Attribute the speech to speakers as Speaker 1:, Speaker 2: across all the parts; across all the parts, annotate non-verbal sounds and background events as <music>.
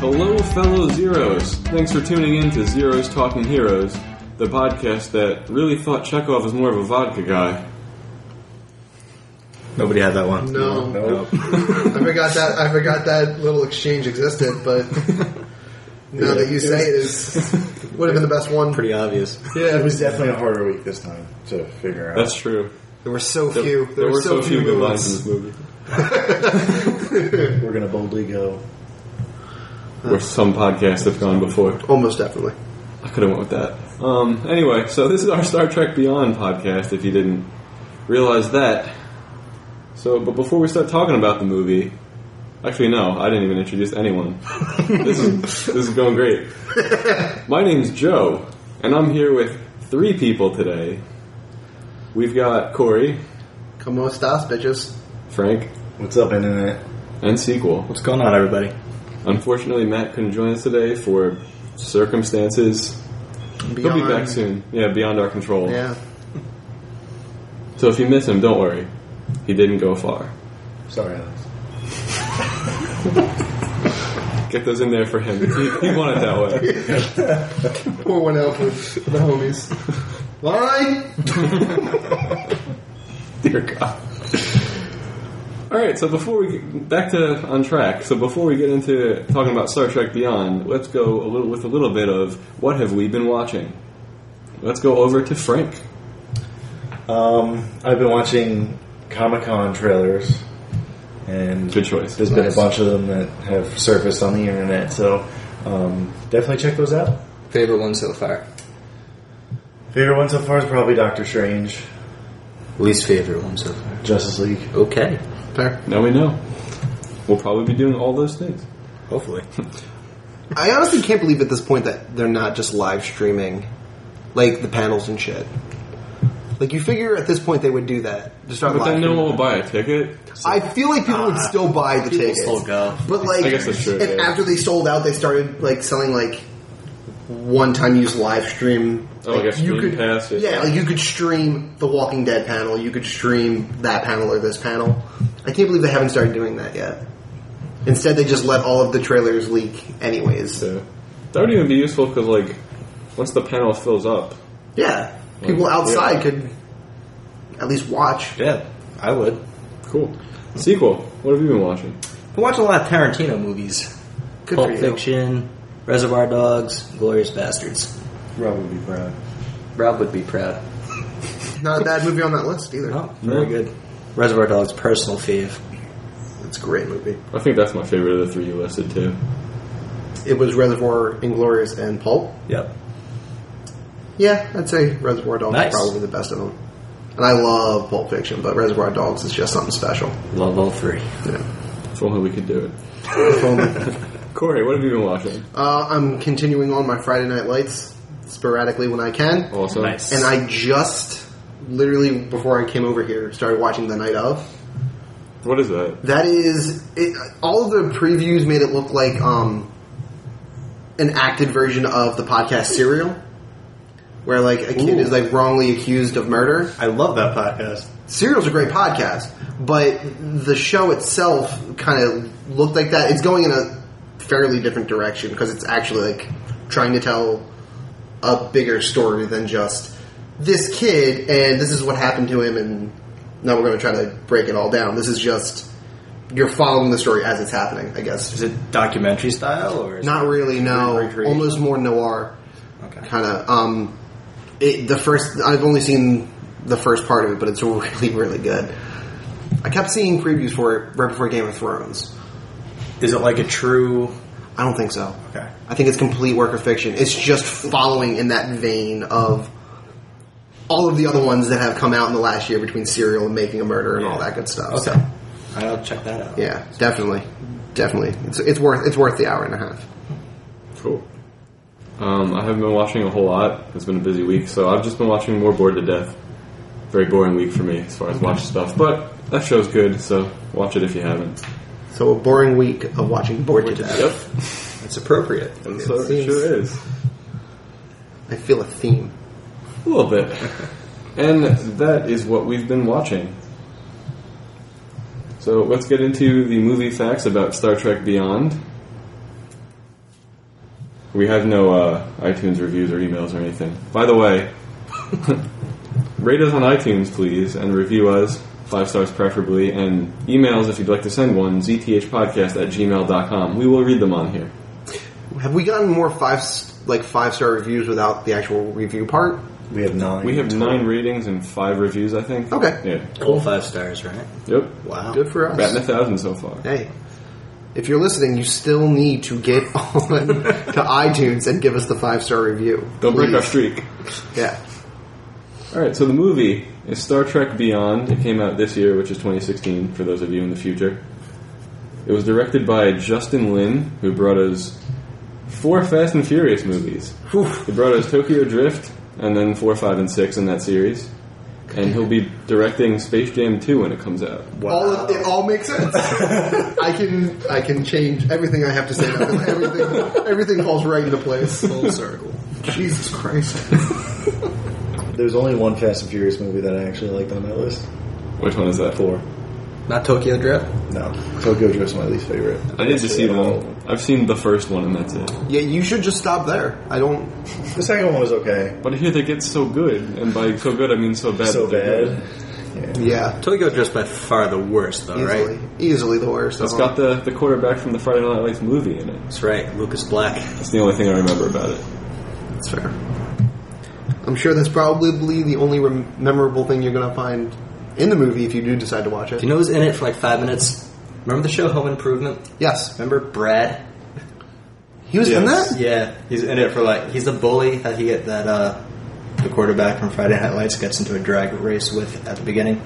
Speaker 1: Hello, fellow Zeros. Thanks for tuning in to Zeros Talking Heroes, the podcast that really thought Chekhov was more of a vodka guy.
Speaker 2: Nobody had that one.
Speaker 3: No. I forgot that. I forgot that little exchange existed,
Speaker 1: <laughs>
Speaker 3: but now that you say it, is would have been the best one.
Speaker 2: Pretty obvious.
Speaker 4: <laughs> Yeah, it was definitely a harder week this time to figure out.
Speaker 1: That's true.
Speaker 3: There were so
Speaker 1: There,
Speaker 3: few. There,
Speaker 1: there were so, few good
Speaker 3: good
Speaker 1: lines in this movie.
Speaker 4: We're gonna boldly go.
Speaker 1: Where some podcasts have gone before.
Speaker 3: Almost definitely.
Speaker 1: I could have went with that. Um, anyway, so this is our Star Trek Beyond podcast. If you didn't realize that, so but before we start talking about the movie, actually no, I didn't even introduce anyone. <laughs> this is this is going great. My name's Joe, and I'm here with three people today. We've got Corey,
Speaker 3: Come on, stop, bitches.
Speaker 1: Frank,
Speaker 4: What's up, internet?
Speaker 1: and Sequel.
Speaker 2: What's going on, everybody?
Speaker 1: Unfortunately, Matt couldn't join us today for circumstances. He'll be back soon. Yeah, beyond our control.
Speaker 3: Yeah.
Speaker 1: So if you miss him, don't worry. He didn't go far.
Speaker 4: Sorry, Alex.
Speaker 1: Get those in there for him. He, he won it that way.
Speaker 3: Pour one out for, for the homies. Line.
Speaker 1: <laughs> Dear God. All right, so before we get back to on track, so before we get into talking about Star Trek Beyond, let's go a little with a little bit of what have we been watching. Let's go over to Frank.
Speaker 4: Um, I've been watching Comic Con trailers, and
Speaker 1: Good choice.
Speaker 4: There's been a
Speaker 3: Nice.
Speaker 4: bunch of them that have surfaced on the internet, so um, definitely check those out.
Speaker 5: Favorite one so far.
Speaker 4: Favorite one so far is probably Doctor Strange,
Speaker 5: Least favorite one so far.
Speaker 4: Justice League.
Speaker 5: Okay.
Speaker 3: Fair.
Speaker 1: Now we know. We'll probably be doing all those things.
Speaker 2: Hopefully.
Speaker 3: I honestly can't believe at this point that they're not just live streaming, like the panels and shit. Like you figure at this point they would do that to start
Speaker 1: But
Speaker 3: live
Speaker 1: then no
Speaker 3: streaming.
Speaker 1: one will buy a ticket.
Speaker 3: I feel like people would still buy the
Speaker 2: uh, people
Speaker 3: tickets.
Speaker 2: still go.
Speaker 3: But like,
Speaker 1: I guess that's true,
Speaker 3: and
Speaker 1: yeah.
Speaker 3: after they sold out, they started like selling like one-time use live stream.
Speaker 1: Oh, like a
Speaker 3: you
Speaker 1: stream
Speaker 3: could,
Speaker 1: pass, yeah.
Speaker 3: yeah. like you could stream the Walking Dead panel. You could stream that panel or this panel. I can't believe they haven't started doing that yet. Instead, they just let all of the trailers leak, anyways.
Speaker 1: So that would even be useful because, like, once the panel fills up,
Speaker 3: Yeah, people
Speaker 1: Well,
Speaker 3: outside
Speaker 1: yeah.
Speaker 3: could at least watch.
Speaker 2: Yeah, I would.
Speaker 1: cool. Sequel. What have you been watching?
Speaker 2: I watch a lot of Tarantino movies.
Speaker 3: Good
Speaker 2: Pulp
Speaker 3: for you.
Speaker 2: Fiction, Reservoir Dogs, Glorious Bastards.
Speaker 4: Rob would be proud.
Speaker 5: Rob would be proud.
Speaker 3: Not a bad movie on that list either.
Speaker 2: Oh, very good. Reservoir Dogs, personal fave.
Speaker 3: It's a great movie.
Speaker 1: I think that's my favorite of the three you listed too.
Speaker 3: It was Reservoir, Inglorious, and Pulp.
Speaker 2: Yep.
Speaker 3: Yeah, I'd say Reservoir Dogs
Speaker 2: Nice.
Speaker 3: is probably the best of them. And I love Pulp Fiction, but Reservoir Dogs is just something special.
Speaker 2: Love all three. <laughs>
Speaker 3: Yeah.
Speaker 1: If only we could do it.
Speaker 3: If only-
Speaker 1: Corey, what have you been watching?
Speaker 3: uh, I'm continuing on my Friday Night Lights sporadically when I can,
Speaker 2: Oh.
Speaker 1: Awesome.
Speaker 2: Nice.
Speaker 3: and I just literally before I came over here started watching The Night of.
Speaker 1: What is that?
Speaker 3: That is, it, all of the previews made it look like um, an acted version of the podcast Serial, where like a kid is like wrongly accused of murder.
Speaker 2: I love that podcast.
Speaker 3: Serial's a great podcast, but the show itself kind of looked like that. It's going in a fairly different direction because it's actually like trying to tell a bigger story than just this kid and this is what happened to him and now we're going to try to break it all down. This is just you're following the story as it's happening, I guess.
Speaker 2: Is it documentary style or is
Speaker 3: Not really, no.
Speaker 2: Recreation.
Speaker 3: Almost more noir
Speaker 2: it, okay?
Speaker 3: kind of um it, the first i've only seen the first part of it but it's <laughs> really really good i kept seeing previews for it right before game of thrones
Speaker 2: Is it like a true?
Speaker 3: i don't think so
Speaker 2: Okay.
Speaker 3: i think it's complete work of fiction it's just following in that vein of all of the other ones that have come out in the last year between serial and making a murder and all that good stuff
Speaker 2: Okay.
Speaker 3: so,
Speaker 2: I'll check that out.
Speaker 3: yeah definitely definitely it's, it's worth it's worth the hour and a half
Speaker 1: Cool. Um, I haven't been watching a whole lot. It's been a busy week, so I've just been watching more Bored to Death. Very boring week for me as far as watch stuff, but that show's good, so watch it if you haven't.
Speaker 3: so a boring week of watching bored to death
Speaker 1: Yep.
Speaker 2: It's appropriate.
Speaker 1: So it sure is.
Speaker 3: i feel a theme
Speaker 1: A little bit. And that is what we've been watching. So let's get into the movie facts about Star Trek Beyond. We have no uh, iTunes reviews or emails or anything. By the way, <laughs> rate us on iTunes, please, and review us, five stars preferably, and emails if you'd like to send one, zthpodcast at gmail.com. We will read them on here.
Speaker 3: Have we gotten more five s- like five star reviews without the actual review part?
Speaker 4: We have nine.
Speaker 1: We have nine ratings and five reviews, I think.
Speaker 3: Okay.
Speaker 1: Yeah.
Speaker 2: All five stars, right?
Speaker 1: Yep.
Speaker 3: Wow, good for us.
Speaker 1: Batting a thousand so far.
Speaker 3: Hey, if you're listening, you still need to get <laughs> on to iTunes and give us the five star review.
Speaker 1: Don't break our
Speaker 3: please.
Speaker 1: streak.
Speaker 3: Yeah.
Speaker 1: All right, so the movie is Star Trek Beyond. It came out this year, which is 2016 for those of you in the future. It was directed by Justin Lin, who brought us four Fast and Furious movies. He brought us Tokyo Drift, and then four, five, and six in that series. And he'll be directing Space Jam 2 when it comes out.
Speaker 3: All of, it all makes <laughs> sense. I can I can change everything I have to say. Now. Everything everything falls right into place. Full circle. Jesus Christ.
Speaker 4: There's only one Fast and Furious movie that I actually liked on that list.
Speaker 1: Which one is that?
Speaker 4: Four.
Speaker 5: Not Tokyo Drift.
Speaker 4: No, Tokyo Drift's my least favorite.
Speaker 1: I need to see them. I've seen the first one, and that's it.
Speaker 3: Yeah, you should just stop there. I don't.
Speaker 4: The second one was okay.
Speaker 1: But I hear they get so good, and by so good I mean so bad.
Speaker 4: so
Speaker 1: that they're good.
Speaker 4: bad.
Speaker 3: Yeah,
Speaker 2: Tokyo Drift's by far the worst, though,
Speaker 3: easily,
Speaker 2: right?
Speaker 3: easily the worst.
Speaker 1: It's
Speaker 3: of
Speaker 1: got
Speaker 3: them.
Speaker 1: the, the quarterback from the Friday Night Lights movie in it.
Speaker 2: That's right, Lucas Black.
Speaker 1: That's the only thing I remember about it.
Speaker 3: That's fair. I'm sure that's probably the only rem- memorable thing you're going to find in the movie if you do decide to watch it.
Speaker 2: Do you know who's in it for like five minutes? Remember the show Home Improvement?
Speaker 3: yes,
Speaker 2: Remember Brad?
Speaker 3: he was in that.
Speaker 2: Yeah, he's in it for like he's the bully that he get that uh the quarterback from Friday Night Lights gets into a drag race with at the beginning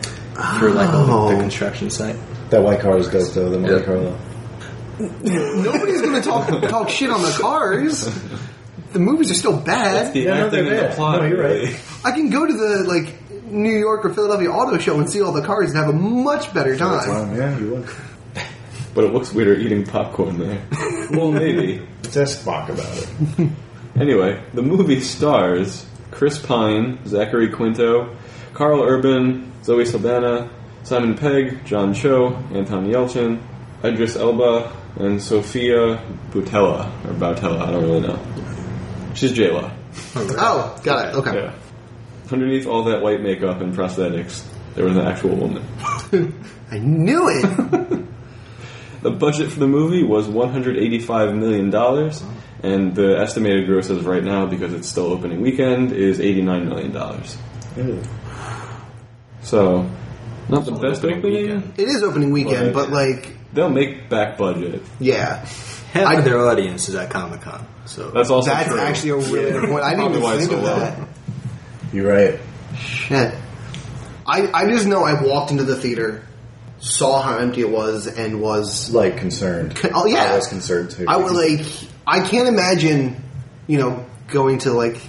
Speaker 2: through like all the,
Speaker 3: Oh.
Speaker 2: the construction site.
Speaker 4: That white car is dope though. The Monte
Speaker 5: Yeah.
Speaker 4: Carlo.
Speaker 3: Nobody's going to talk talk shit on the cars. The movies are still bad.
Speaker 1: The
Speaker 4: Yeah, no,
Speaker 1: acting
Speaker 4: they're
Speaker 1: and the
Speaker 4: bad.
Speaker 1: plot.
Speaker 4: No, you're right.
Speaker 1: really. <laughs>
Speaker 3: I can go to the like New York or Philadelphia auto show and see all the cars and have a much better time.
Speaker 4: Um, yeah, you would.
Speaker 1: But it looks weirder eating popcorn
Speaker 4: <laughs>
Speaker 1: there. well, maybe.
Speaker 4: Let's ask Spock about <laughs> it.
Speaker 1: Anyway, the movie stars Chris Pine, Zachary Quinto, Carl Urban, Zoe Saldana, Simon Pegg, John Cho, Anton Yelchin, Idris Elba, and Sophia Boutella. Or Boutella, I don't really know. She's Jayla.
Speaker 3: Oh, got it. Okay.
Speaker 1: Yeah. Underneath all that white makeup and prosthetics, there was an actual woman.
Speaker 3: I knew it.
Speaker 1: The budget for the movie was $185 million, and the estimated gross as of right now, because it's still opening weekend, is $89 million.
Speaker 4: Ew.
Speaker 1: So, not the best
Speaker 2: opening
Speaker 1: opening.
Speaker 2: weekend.
Speaker 3: it is opening weekend,
Speaker 1: Right.
Speaker 3: but like,
Speaker 1: They'll make back budget.
Speaker 3: yeah,
Speaker 2: Half
Speaker 3: I-
Speaker 2: of their audience is at Comic Con, so
Speaker 1: That's also
Speaker 3: that's
Speaker 1: true.
Speaker 3: actually a really good point. I didn't
Speaker 1: Probably why
Speaker 3: even
Speaker 1: it's
Speaker 3: think
Speaker 1: so
Speaker 3: of
Speaker 1: low.
Speaker 3: that.
Speaker 4: You're right.
Speaker 3: Shit. I, I just know I walked into the theater, saw how empty it was, and was
Speaker 4: Like concerned.
Speaker 3: oh yeah,
Speaker 4: I was concerned too.
Speaker 3: I was like, I can't imagine, you know, going to like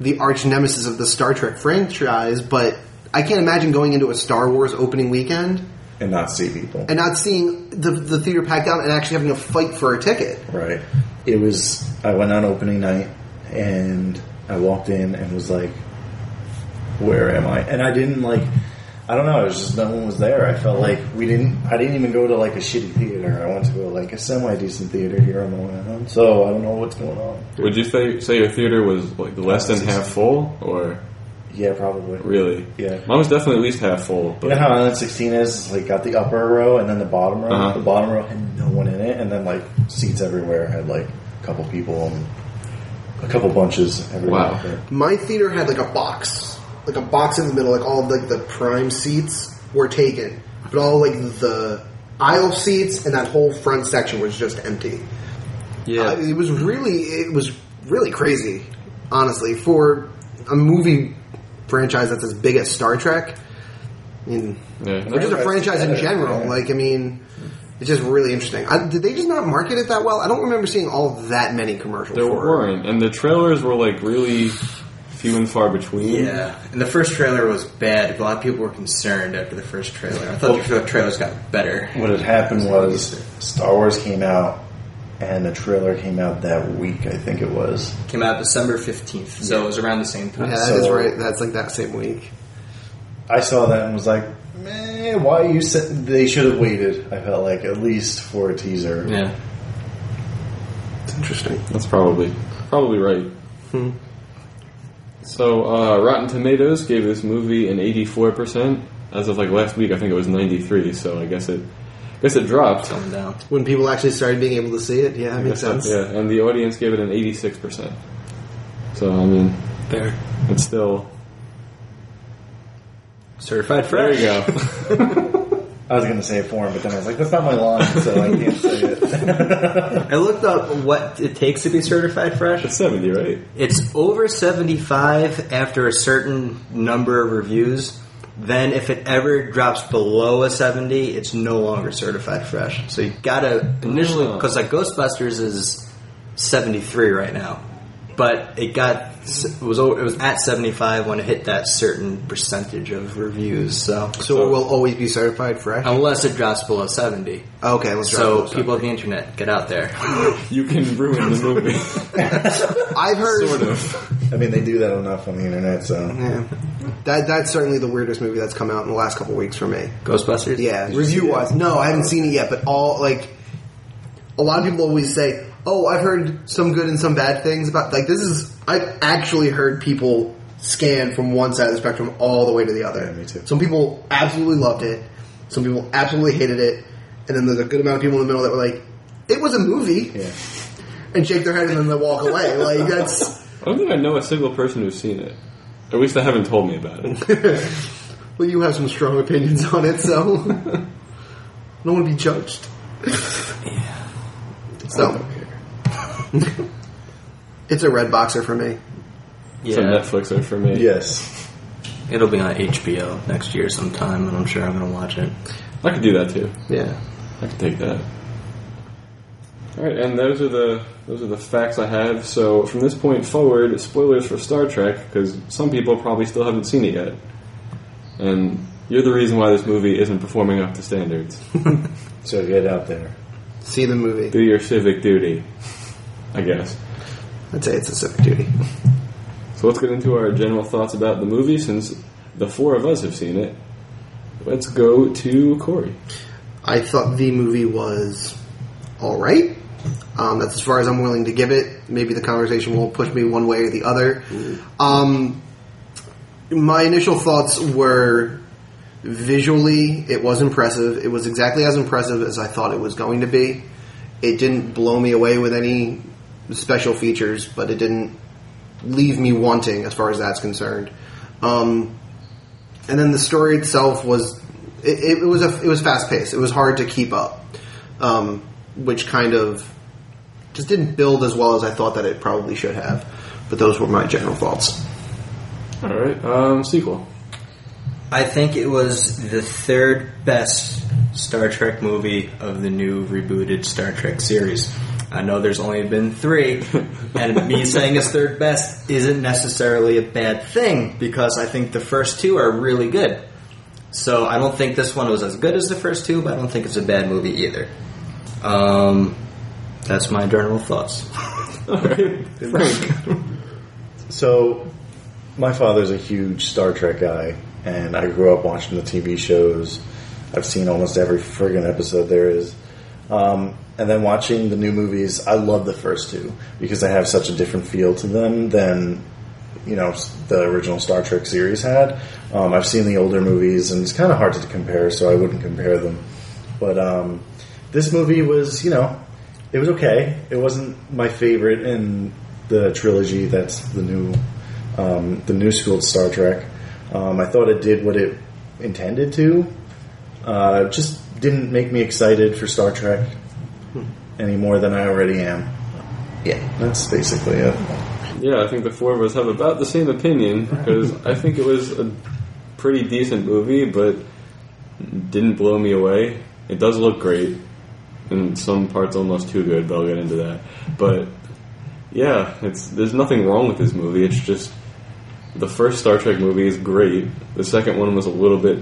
Speaker 3: the arch nemesis of the Star Trek franchise, but I can't imagine going into a Star Wars opening weekend
Speaker 4: and not see people.
Speaker 3: and not seeing the the theater packed out and actually having to fight for a ticket.
Speaker 4: Right. It was. I went on opening night, and I walked in and was like, "Where am I?" And I didn't like. I don't know. It was just no one was there. I felt like we didn't. I didn't even go to like a shitty theater. I went to go to, like a semi decent theater here on the way home. So I don't know what's going on.
Speaker 1: Would you say, say your theater was like less than half full, or
Speaker 4: Yeah, probably.
Speaker 1: really?
Speaker 4: Yeah.
Speaker 1: Mine was definitely at least half full.
Speaker 4: You
Speaker 1: But
Speaker 4: know how Island 16 is? It's like got the upper row and then the bottom row.
Speaker 1: Uh-huh.
Speaker 4: The bottom row had no one in it, and then like seats everywhere had like a couple people and a couple bunches everywhere.
Speaker 1: Wow.
Speaker 3: My theater had like a box, like a box in the middle, like all of like the prime seats were taken, but all like the aisle seats and that whole front section was just empty.
Speaker 2: yeah.
Speaker 3: Uh, it was really it was really crazy, honestly, for a movie franchise that's as big as Star Trek. I mean,
Speaker 1: yeah.
Speaker 3: or just a
Speaker 4: Right.
Speaker 3: franchise in
Speaker 4: Yeah.
Speaker 3: general.
Speaker 4: Yeah.
Speaker 3: Like, I mean, it's just really interesting. I, did they just not market it that well? I don't remember seeing all that many commercials.
Speaker 1: there
Speaker 3: for it.
Speaker 1: weren't, and the trailers were like really few and far between.
Speaker 2: Yeah, and the first trailer was bad. A lot of people were concerned after the first trailer. I thought the trailers got better.
Speaker 4: What had happened was Star Wars came out, and the trailer came out that week. I think it was.
Speaker 2: Came out December fifteenth, so it was around the same time.
Speaker 3: Yeah, that is
Speaker 4: So-
Speaker 3: right. That's like that same week.
Speaker 4: I saw that and was like, "Meh, why you said they should have waited?" I felt like at least for a teaser.
Speaker 2: Yeah.
Speaker 3: It's interesting.
Speaker 1: That's probably probably right.
Speaker 3: Hmm.
Speaker 1: So uh, Rotten Tomatoes gave this movie an eighty-four percent. As of like last week, I think it was ninety-three. So I guess it guess it dropped.
Speaker 5: Coming down.
Speaker 3: When people actually started being able to see it, yeah, that makes
Speaker 1: Guess that-
Speaker 3: sense.
Speaker 1: Yeah, and the audience gave it an eighty-six percent. So I mean,
Speaker 5: Fair.
Speaker 1: it's still
Speaker 5: Certified
Speaker 1: there.
Speaker 5: fresh.
Speaker 1: You go.
Speaker 4: I was gonna say it for him, but then I was like, that's not my line, so I can't say it. <laughs>
Speaker 5: I looked up what it takes to be certified
Speaker 1: <laughs>
Speaker 5: fresh.
Speaker 1: it's seventy, right?
Speaker 5: It's over 75 after a certain number of reviews. Then if it ever drops below a 70, it's no longer certified fresh. So you gotta initially,
Speaker 1: Oh.
Speaker 5: because like Ghostbusters is 73 right now, but it got it was o- it was at 75 when it hit that certain percentage of reviews. So
Speaker 3: So it will always be certified fresh.
Speaker 5: unless it drops below 70,
Speaker 3: Okay, let's try
Speaker 5: so
Speaker 3: those.
Speaker 5: people of the internet, get out there.
Speaker 1: You can ruin the
Speaker 3: <laughs>
Speaker 1: movie,
Speaker 3: I've heard
Speaker 1: sort of.
Speaker 4: I mean, they do that enough on the internet, so
Speaker 3: <laughs> Yeah. That that's certainly the weirdest movie that's come out in the last couple weeks for me.
Speaker 5: Ghostbusters,
Speaker 3: Yeah, review wise, no, I haven't seen it yet. But all like, a lot of people always say, "Oh, I've heard some good and some bad things about." Like this is, I've actually heard people scan from one side of the spectrum all the way to the other.
Speaker 4: me too.
Speaker 3: Some people absolutely loved it. Some people absolutely hated it. And then there's a good amount of people in the middle that were like, "It was a movie,"
Speaker 4: yeah.
Speaker 3: and shake their head and then they walk away. Like that's.
Speaker 1: I don't think I know a single person who's seen it. At least they haven't told me about it.
Speaker 3: Well, you have some strong opinions on it, so I don't want to be judged. So <laughs> it's a red boxer for me.
Speaker 1: It's a Netflixer for me.
Speaker 4: Yes,
Speaker 5: It'll be on HBO next year sometime, and I'm sure I'm going to watch it.
Speaker 1: I could do that too.
Speaker 3: Yeah,
Speaker 1: I can take that. All right, and those are the those are the facts I have. So from this point forward, spoilers for Star Trek because some people probably still haven't seen it yet, and you're the reason why this movie isn't performing up to standards.
Speaker 4: so get out there.
Speaker 3: see the movie.
Speaker 1: do your civic duty, I guess.
Speaker 3: I'd say it's a civic duty.
Speaker 1: So let's get into our general thoughts about the movie since the four of us have seen it. Let's go to Corey.
Speaker 3: I thought the movie was all right. Um, that's as far as I'm willing to give it. Maybe the conversation will push me one way or the other. Um, my initial thoughts were visually, it was impressive. It was exactly as impressive as I thought it was going to be. It didn't blow me away with any special features, but it didn't leave me wanting as far as that's concerned. Um, and then the story itself was it, it was a it was fast paced. It was hard to keep up, um, which kind of just didn't build as well as I thought that it probably should have. But those were my general thoughts.
Speaker 1: All right, um, sequel.
Speaker 5: I think it was the third best Star Trek movie of the new rebooted Star Trek series. I know there's only been <laughs> three, and me saying it's third best isn't necessarily a bad thing because I think the first two are really good. So I don't think this one was as good as the first two, but I don't think it's a bad movie either. Um, that's my general thoughts.
Speaker 1: All right, Frank.
Speaker 4: So, my father's a huge Star Trek guy, and I grew up watching the TV shows. I've seen almost every friggin' episode there is. Um, and then watching the new movies, I love the first two because they have such a different feel to them than, you know, s- the original Star Trek series had. Um, I've seen the older movies, and it's kind of hard to compare, so I wouldn't compare them. But um, this movie was, you know, it was okay. It wasn't my favorite in the trilogy. That's the new, um, the new school Star Trek. Um, I thought it did what it intended to. Uh, just didn't make me excited for Star Trek any more than I already am.
Speaker 5: Yeah.
Speaker 4: That's basically it.
Speaker 1: Yeah, I think the four of us have about the same opinion because I think it was a pretty decent movie, but didn't blow me away. It does look great, and some parts almost too good, but I'll get into that. But yeah, it's there's nothing wrong with this movie. It's just the first Star Trek movie is great. The second one was a little bit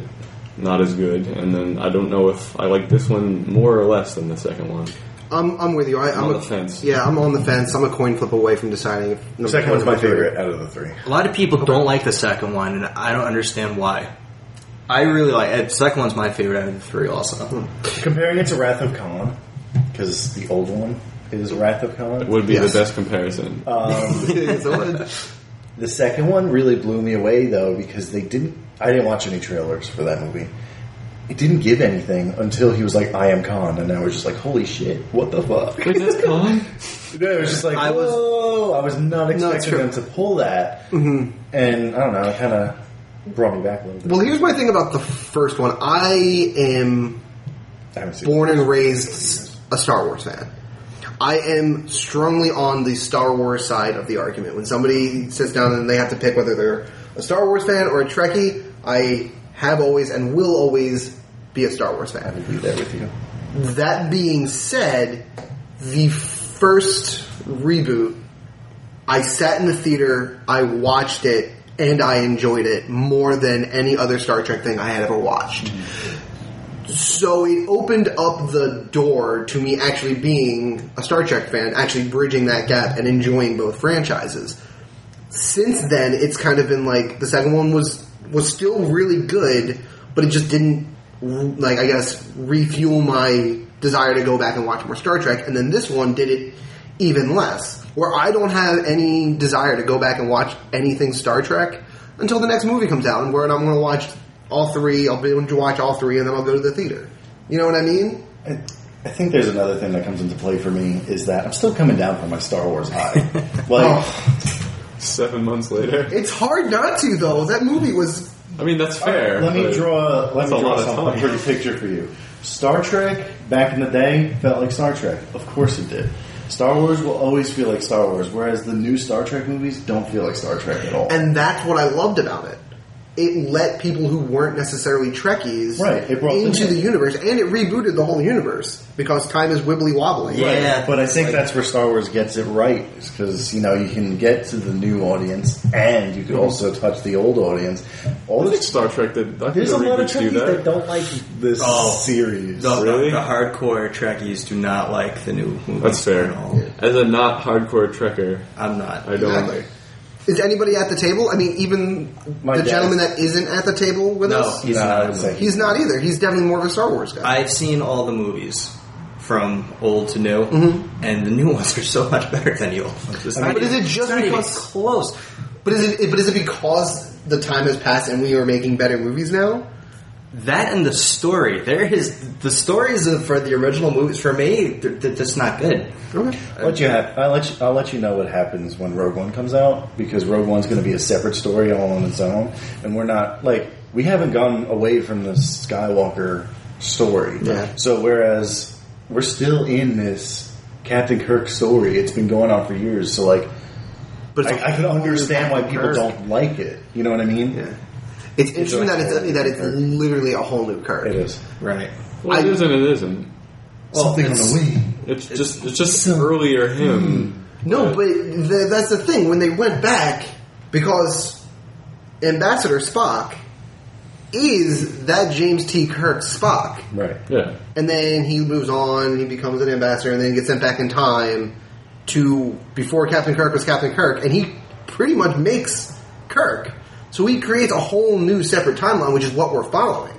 Speaker 1: not as good, and then I don't know if I like this one more or less than the second one.
Speaker 3: I'm I'm with you. I, I'm
Speaker 1: on
Speaker 3: a-
Speaker 1: the fence.
Speaker 3: Yeah, I'm on the fence. I'm a coin flip away from deciding. If number
Speaker 4: The second
Speaker 3: one
Speaker 4: one's
Speaker 3: or
Speaker 4: my
Speaker 3: number three.
Speaker 4: favorite out of the three.
Speaker 5: A lot of people don't like the second one, and I don't understand why. I really like it. The second one's my favorite out of the three, also.
Speaker 4: Comparing it to Wrath of Khan, because the old one is Wrath of Khan.
Speaker 1: Would be
Speaker 3: Yes.
Speaker 1: the best comparison.
Speaker 3: <laughs> So, uh,
Speaker 4: The second one really blew me away though because they didn't. I didn't watch any trailers for that movie. It didn't give anything until he was like, "I am Khan," and I was just like, "Holy shit! What the <laughs> fuck?"
Speaker 1: Wait, that's Kong?
Speaker 4: No, it was just like,
Speaker 5: I was-
Speaker 4: "Whoa!" I was not Mm-hmm.
Speaker 3: it's
Speaker 4: expecting
Speaker 3: true.
Speaker 4: them to pull that, and I don't know. It kind of brought me back a little bit.
Speaker 3: well, here's my thing about the first one. I am
Speaker 4: I haven't seen
Speaker 3: born and raised a Star Wars fan. I am strongly on the Star Wars side of the argument. When somebody sits down and they have to pick whether they're a Star Wars fan or a Trekkie, I have always and will always be a Star Wars
Speaker 4: I
Speaker 3: fan.
Speaker 4: will be there with you.
Speaker 3: That being said, the first reboot, I sat in the theater, I watched it, and I enjoyed it more than any other Star Trek thing I had ever watched. So it opened up the door to me actually being a Star Trek fan, actually bridging that gap and enjoying both franchises. Since then, it's kind of been like the second one was was still really good, but it just didn't like I guess refuel my desire to go back and watch more Star Trek. And then this one did it even less, where I don't have any desire to go back and watch anything Star Trek until the next movie comes out, and where I'm going to watch all three. I'll be able to watch all three, and then I'll go to the theater. You know what I mean?
Speaker 4: I I think there's another thing that comes into play for me is that I'm still coming down from my Star Wars <laughs> high. like,
Speaker 1: <laughs> Seven months later.
Speaker 3: It's hard not to though. That movie was
Speaker 1: I mean, that's fair.
Speaker 4: Let me
Speaker 1: but-
Speaker 4: draw. Let
Speaker 1: That's
Speaker 4: me
Speaker 1: a
Speaker 4: draw
Speaker 1: lot of
Speaker 4: some- a
Speaker 1: time.
Speaker 4: pretty picture for you. Star Trek back in the day felt like Star Trek. Of course it did. Star Wars will always feel like Star Wars, whereas the new Star Trek movies don't feel like Star Trek at all. Right?
Speaker 3: and that's what I loved about it. It let people who weren't necessarily Trekkies
Speaker 4: Right, it brought them
Speaker 3: into the
Speaker 4: in.
Speaker 3: universe, and it rebooted the whole universe because time is wibbly wobbly.
Speaker 5: Yeah,
Speaker 4: but I think
Speaker 5: like-
Speaker 4: that's where Star Wars gets it right because you know you can get to the new audience and you can also touch the old audience. All
Speaker 1: I think
Speaker 4: this,
Speaker 1: Star Trek did. I think
Speaker 4: there's
Speaker 1: the
Speaker 4: a lot of
Speaker 1: reboots do
Speaker 4: Trekkies that don't like this
Speaker 5: Oh.
Speaker 4: series.
Speaker 5: The,
Speaker 1: Really?
Speaker 5: the hardcore Trekkies do not like the new movie.
Speaker 1: That's fair.
Speaker 5: At all.
Speaker 1: As a not hardcore Trekker,
Speaker 5: I'm not.
Speaker 1: I don't.
Speaker 3: Exactly. Is anybody at the table? I mean, even
Speaker 4: My
Speaker 3: the
Speaker 4: dad.
Speaker 3: gentleman that isn't at the table with
Speaker 5: No,
Speaker 3: us,
Speaker 5: he's
Speaker 4: Nah, I
Speaker 5: not.
Speaker 4: would say
Speaker 3: he's not either. He's definitely more of a Star Wars guy.
Speaker 5: I've seen all the movies from old to new, and the new <laughs> ones are so much better than the old ones. It's not
Speaker 3: but
Speaker 5: even-
Speaker 3: is it just
Speaker 5: it's not even
Speaker 3: because-
Speaker 5: close?
Speaker 3: But is it? But is it because the time has passed and we are making better movies now?
Speaker 5: That and the story. There is the stories of, for the original movies. For me, they're, they're just not good.
Speaker 3: Okay.
Speaker 4: Let you have, I'll let you, I'll let you know what happens when Rogue One comes out because Rogue One's going to be a separate story all on its own, and we're not like we haven't gone away from the Skywalker story.
Speaker 3: Yeah.
Speaker 4: So whereas we're still in this Captain Kirk story, it's been going on for years. So like,
Speaker 3: But
Speaker 4: I, I can understand why people don't like it. You know what I mean?
Speaker 3: Yeah. It's interesting that it's that it's literally a whole new
Speaker 4: It
Speaker 3: card.
Speaker 4: is
Speaker 5: Right.
Speaker 1: Well, it is and it isn't.
Speaker 4: something on the wing.
Speaker 1: It's just it's just earlier him.
Speaker 3: No, but th- that's the thing. When they went back, because Ambassador Spock is that James T. Kirk Spock,
Speaker 4: Right.
Speaker 1: Yeah,
Speaker 3: and then he moves on, and he becomes an ambassador, and then gets sent back in time to before Captain Kirk was Captain Kirk, and he pretty much makes Kirk. So he creates a whole new separate timeline, which is what we're following.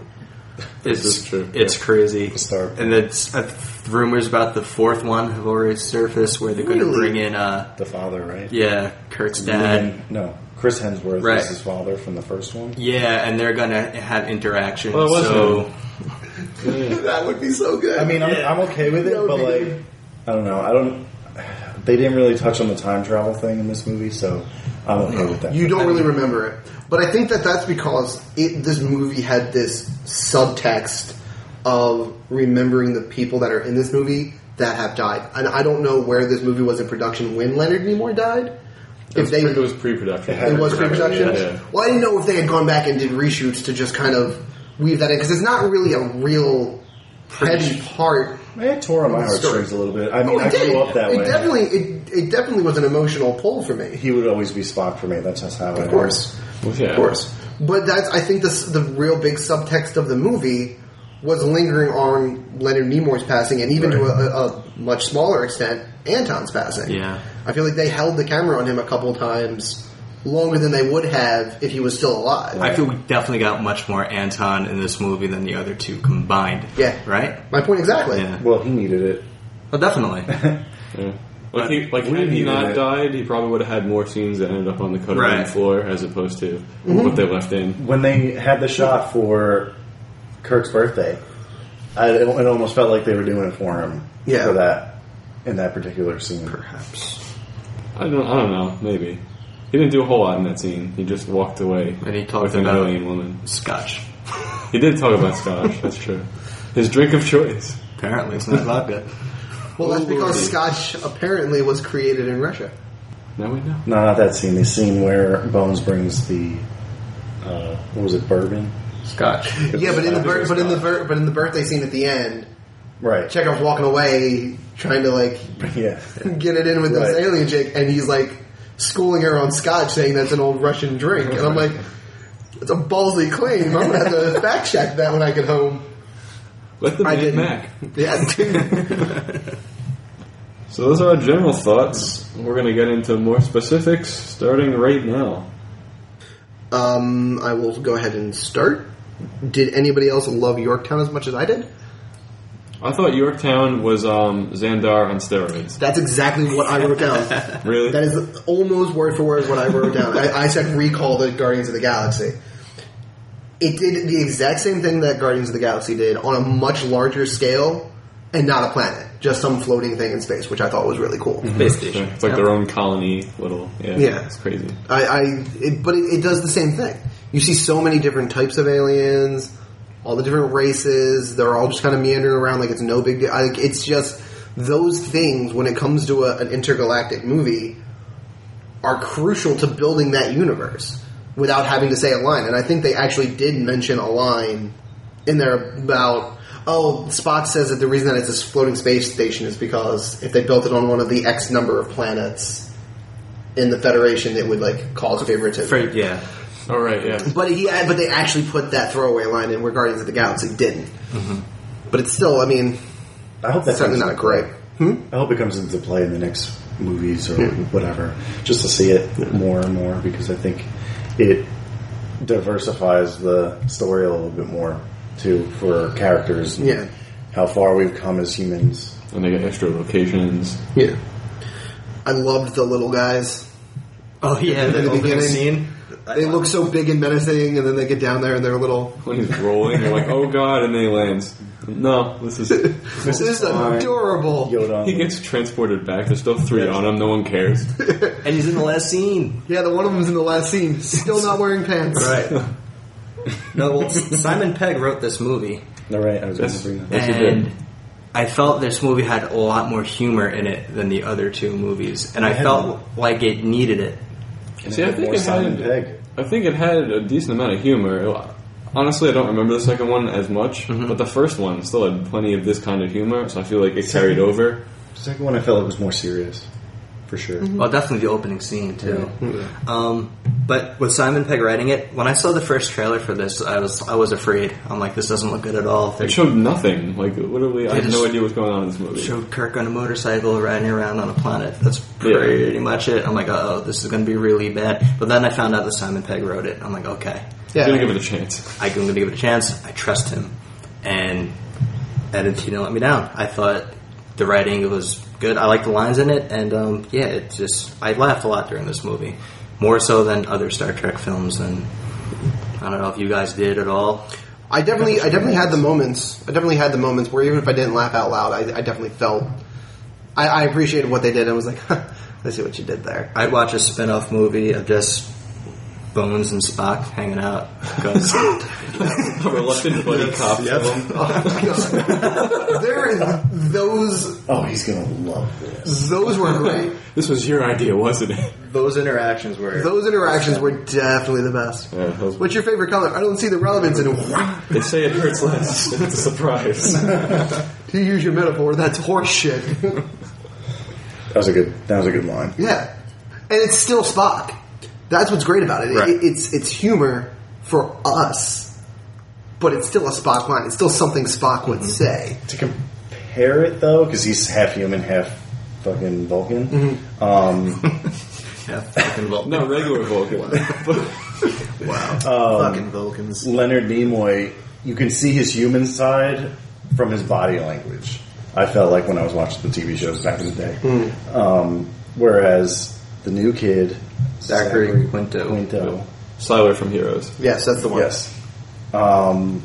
Speaker 5: It's,
Speaker 1: is true.
Speaker 5: It's crazy.
Speaker 4: Star-
Speaker 5: And it's uh, rumors about the fourth one have already surfaced, where they're going
Speaker 3: Really?
Speaker 5: to bring in, uh,
Speaker 4: The father, right?
Speaker 5: yeah, Kurt's dad.
Speaker 4: Liam- no, Chris Hemsworth
Speaker 5: Right.
Speaker 4: is his father from the first one.
Speaker 5: Yeah, and they're going to have interaction.
Speaker 1: Well, it was
Speaker 5: so
Speaker 3: <laughs> that would be so good.
Speaker 4: I mean, I'm, I'm okay with it,
Speaker 3: No,
Speaker 4: but
Speaker 3: dude.
Speaker 4: like, I don't know. I don't. They didn't really touch on the time travel thing in this movie, so I'm okay with that.
Speaker 3: You don't really remember it, but I think that that's because it, this movie had this subtext of remembering the people that are in this movie that have died, and I don't know where this movie was in production when Leonard Nimoy died.
Speaker 1: It was,
Speaker 3: If they,
Speaker 1: pre- it was pre-production.
Speaker 3: it was pre-production.
Speaker 1: Yeah.
Speaker 3: Well, I didn't know if they had gone back and did reshoots to just kind of weave that in because it's not really a real heavy part.
Speaker 4: it tore on my
Speaker 3: Story.
Speaker 4: heartstrings a little bit. I mean,
Speaker 3: it
Speaker 4: I grew
Speaker 3: did.
Speaker 4: up that
Speaker 3: it
Speaker 4: way.
Speaker 3: definitely, it, it definitely was an emotional pull for me.
Speaker 4: he would always be Spock for me. That's just how.
Speaker 3: Of course.
Speaker 1: Well, yeah.
Speaker 3: Of course. But that's I think this, the real big subtext of the movie was lingering on Leonard Nimoy's passing, and even to a, a much smaller extent, Anton's passing.
Speaker 5: Yeah.
Speaker 3: I feel like they held the camera on him a couple times longer than they would have if he was still alive.
Speaker 5: I feel we definitely got much more Anton in this movie than the other two combined.
Speaker 3: Yeah.
Speaker 5: Right?
Speaker 3: My point exactly.
Speaker 5: Yeah.
Speaker 4: Well, he needed it.
Speaker 3: <laughs>
Speaker 5: Well, definitely.
Speaker 1: Yeah. Like, he, like had he
Speaker 4: needed
Speaker 1: not
Speaker 4: it.
Speaker 1: died, he probably would have had more scenes that ended up on the cutting room
Speaker 5: Right.
Speaker 1: floor as opposed to what they left in.
Speaker 4: when they had the shot for Kirk's birthday, I, it almost felt like they were doing it for him.
Speaker 3: Yeah.
Speaker 4: For that, in that particular scene.
Speaker 5: perhaps.
Speaker 1: I don't, I don't know. Maybe he didn't do a whole lot in that scene. He just walked away
Speaker 5: And he talked
Speaker 1: with an
Speaker 5: about-
Speaker 1: alien woman.
Speaker 5: Scotch.
Speaker 1: He did talk about scotch. that's true. His drink of choice.
Speaker 5: Apparently, it's not vodka.
Speaker 3: Well, that's because
Speaker 1: Lordy.
Speaker 3: Scotch apparently was created in Russia.
Speaker 1: Now we know.
Speaker 4: No, not that scene. The scene where Bones brings the uh, what was it, bourbon?
Speaker 5: <laughs> Scotch.
Speaker 3: Yeah, but
Speaker 1: I
Speaker 3: in the
Speaker 1: think it
Speaker 3: bir-
Speaker 1: was
Speaker 3: but in the
Speaker 1: Scotch.
Speaker 3: bir- but in the birthday scene at the end,
Speaker 4: Right.
Speaker 3: Chekhov's walking away trying to like
Speaker 4: <laughs> Yeah.
Speaker 3: get it in with this
Speaker 4: Right.
Speaker 3: alien chick, and he's like schooling her on Scotch, saying that's an old Russian drink, and I'm like, it's a ballsy claim. I'm gonna have <laughs> to fact check that when I get home.
Speaker 1: Let the
Speaker 3: I
Speaker 1: man
Speaker 3: didn't.
Speaker 1: Mac.
Speaker 3: Yeah, <laughs> dude.
Speaker 1: So those are our general thoughts. We're going to get into more specifics starting right now.
Speaker 3: Um, I will go ahead and start. Did anybody else love Yorktown as much as I did?
Speaker 1: I thought Yorktown was um, Xandar on steroids.
Speaker 3: That's exactly what I wrote <laughs> down.
Speaker 1: Really?
Speaker 3: That is almost word for word what I wrote down. I, I said recall the Guardians of the Galaxy. It did the exact same thing that Guardians of the Galaxy did on a much larger scale and not a planet, just some floating thing in space, which I thought was really cool.
Speaker 5: Space
Speaker 1: Sure.
Speaker 5: station.
Speaker 1: It's like their own colony, little. Yeah,
Speaker 3: Yeah.
Speaker 1: it's crazy.
Speaker 3: I, I it, but it, it does the same thing. You see so many different types of aliens, all the different races. They're all just kind of meandering around like it's no big deal. Like it's just those things when it comes to a, an intergalactic movie are crucial to building that universe without having to say a line. And I think they actually did mention a line in there about. Oh, Spock says that the reason that it's this floating space station is because if they built it on one of the X number of planets in the Federation, it would like cause favoritism.
Speaker 5: For- yeah.
Speaker 1: All right, yeah.
Speaker 3: But he, but they actually put that throwaway line in where Guardians of the Galaxy didn't. But it's still, I mean,
Speaker 4: I hope that's
Speaker 3: certainly not great. Hmm?
Speaker 4: I hope it comes into play in the next movies or whatever, just to see it more and more because I think it diversifies the story a little bit more too for characters. and
Speaker 3: Yeah.
Speaker 4: how far we've come as humans.
Speaker 1: And they got extra locations.
Speaker 3: Yeah, I loved the little guys.
Speaker 5: Oh yeah,
Speaker 3: In the
Speaker 5: opening
Speaker 3: beginning.
Speaker 5: scene.
Speaker 3: They look so big and menacing, and then they get down there and they're little.
Speaker 1: When he's rolling, you're like, oh god, and then he lands. No, this is.
Speaker 3: This is adorable.
Speaker 4: Yoda,
Speaker 1: Oh, <laughs> He gets transported back. There's still three on him. No one cares.
Speaker 5: And he's in the last scene.
Speaker 3: Yeah, the one of them's in the last scene, still not wearing pants.
Speaker 5: Right. <laughs> no, well, Simon Pegg wrote this movie,
Speaker 4: no, right. I was going to
Speaker 1: That's-
Speaker 4: bring that.
Speaker 1: Yes, he did.
Speaker 5: and I felt this movie had a lot more humor in it than the other two movies, and I
Speaker 4: Yeah.
Speaker 5: felt like it needed it.
Speaker 1: See, I think
Speaker 4: more
Speaker 1: it
Speaker 4: Simon
Speaker 1: had.
Speaker 4: Pegg.
Speaker 1: I think it had a decent amount of humor. It- Honestly, I don't remember the second one as much, but the first one still had plenty of this kind of humor. So I feel like it carried over.
Speaker 4: Second one, I felt it was more serious, for sure.
Speaker 3: Mm-hmm.
Speaker 5: Well, definitely the opening scene too. Um, but with Simon Pegg writing it, when I saw the first trailer for this, I was I was afraid. I'm like, this doesn't look good at all. They
Speaker 1: It showed nothing. Like literally, I
Speaker 5: They
Speaker 1: had no
Speaker 5: just-
Speaker 1: idea what's going on in this movie.
Speaker 5: showed Kirk on a motorcycle riding around on a planet. That's
Speaker 1: Yeah.
Speaker 5: pretty much it. I'm like, oh, this is going to be really bad. But then I found out that Simon Pegg wrote it. I'm like, okay,
Speaker 1: I
Speaker 3: Yeah,
Speaker 1: didn't give it a chance. <laughs>
Speaker 5: I'm going to give it a chance. I trust him, and and it didn't let me down. I thought the writing was good. I like the lines in it, and um, yeah, it just I laughed a lot during this movie, more so than other Star Trek films. And I don't know if you guys did at all.
Speaker 3: I definitely, I definitely had the moments. I definitely had the moments where even if I didn't laugh out loud, I, I definitely felt. I, I appreciated what they did. and was like, I see what you did there.
Speaker 5: I'd watch a spin-off movie of just Bones and Spock hanging out.
Speaker 3: <laughs>
Speaker 5: 'cause-
Speaker 1: a reluctant buddy cop.
Speaker 3: there is those
Speaker 4: Oh, he's gonna love this.
Speaker 3: those were great.
Speaker 1: This was your idea, wasn't it?
Speaker 5: Those interactions were
Speaker 3: Those interactions were definitely the best.
Speaker 1: Yeah, that was-
Speaker 3: What's your favorite color? I don't see the relevance in
Speaker 1: They say it hurts <laughs> less. It's a surprise.
Speaker 3: to use your metaphor, that's horseshit.
Speaker 4: That was a good. That was a good line.
Speaker 3: yeah. And it's still Spock. That's what's great about it.
Speaker 5: Right.
Speaker 3: it it's it's humor for us, but it's still a Spock line. It's still something Spock would say.
Speaker 4: To compare it though, because he's half human, half fucking Vulcan. Um,
Speaker 5: yeah, fucking well.
Speaker 1: Not regular Vulcan.
Speaker 3: Fucking Vulcans.
Speaker 4: Leonard Nimoy, you can see his human side from his body language. I felt like when I was watching the TV shows back in the day. Um, whereas the new kid,
Speaker 5: Zachary Quinto.
Speaker 4: Quinto,
Speaker 1: Siler from Heroes.
Speaker 3: Yes, that's the one.
Speaker 4: Yes. Um,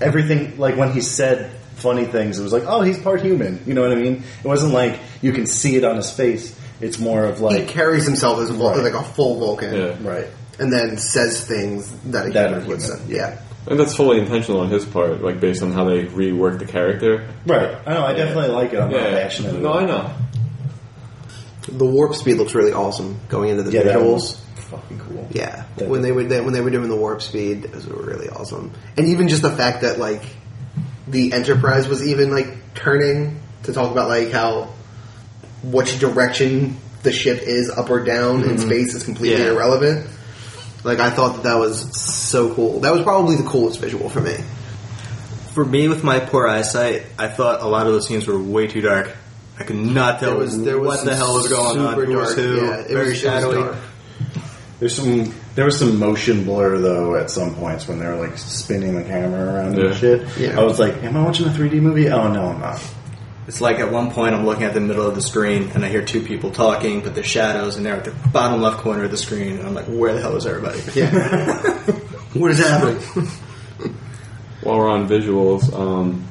Speaker 4: everything, like when he said funny things, it was like, oh, he's part human. You know what I mean? It wasn't like you can see it on his face. It's more of
Speaker 3: He
Speaker 4: like,
Speaker 3: carries himself as Vul-
Speaker 4: Right.
Speaker 3: like a full Vulcan,
Speaker 1: Yeah.
Speaker 4: right.
Speaker 3: and then says things that a
Speaker 4: That
Speaker 3: human
Speaker 4: are
Speaker 3: would say.
Speaker 4: human.
Speaker 3: Yeah,
Speaker 1: And that's fully intentional on his part, like based on how they reworked the character.
Speaker 4: Right. I know, I definitely like it. I'm not
Speaker 1: Yeah.
Speaker 4: passionate.
Speaker 1: No, I know.
Speaker 3: the warp speed looks really awesome going into the
Speaker 4: Yeah, that
Speaker 3: visuals.
Speaker 4: was fucking cool.
Speaker 3: Yeah,
Speaker 4: That-
Speaker 3: when they were they, when they were doing the warp speed, it was really awesome. And even just the fact that like the Enterprise was even like turning to talk about like how which direction the ship is up or down in space is completely
Speaker 5: Yeah.
Speaker 3: irrelevant. Like I thought that that was so cool. That was probably the coolest visual for me.
Speaker 5: For me, with my poor eyesight, I thought a lot of those scenes were way too dark. I could not tell
Speaker 3: There was- there was
Speaker 5: what the
Speaker 3: some
Speaker 5: hell was going on.
Speaker 3: super
Speaker 5: Who was
Speaker 3: dark-
Speaker 5: who?
Speaker 3: yeah, it
Speaker 5: very
Speaker 3: was- it was
Speaker 5: shadowy.
Speaker 3: dark.
Speaker 4: There's some. There was some motion blur though at some points when they were like spinning the camera around
Speaker 1: Yeah.
Speaker 4: and shit.
Speaker 3: Yeah.
Speaker 4: I was like, "Am I watching a 3D movie? Oh no, I'm not."
Speaker 5: It's like at one point I'm looking at the middle of the screen and I hear two people talking, but they're shadows and they're at the bottom left corner of the screen, and I'm like, where the hell is everybody?
Speaker 3: What is happening?
Speaker 1: While we're on visuals, um,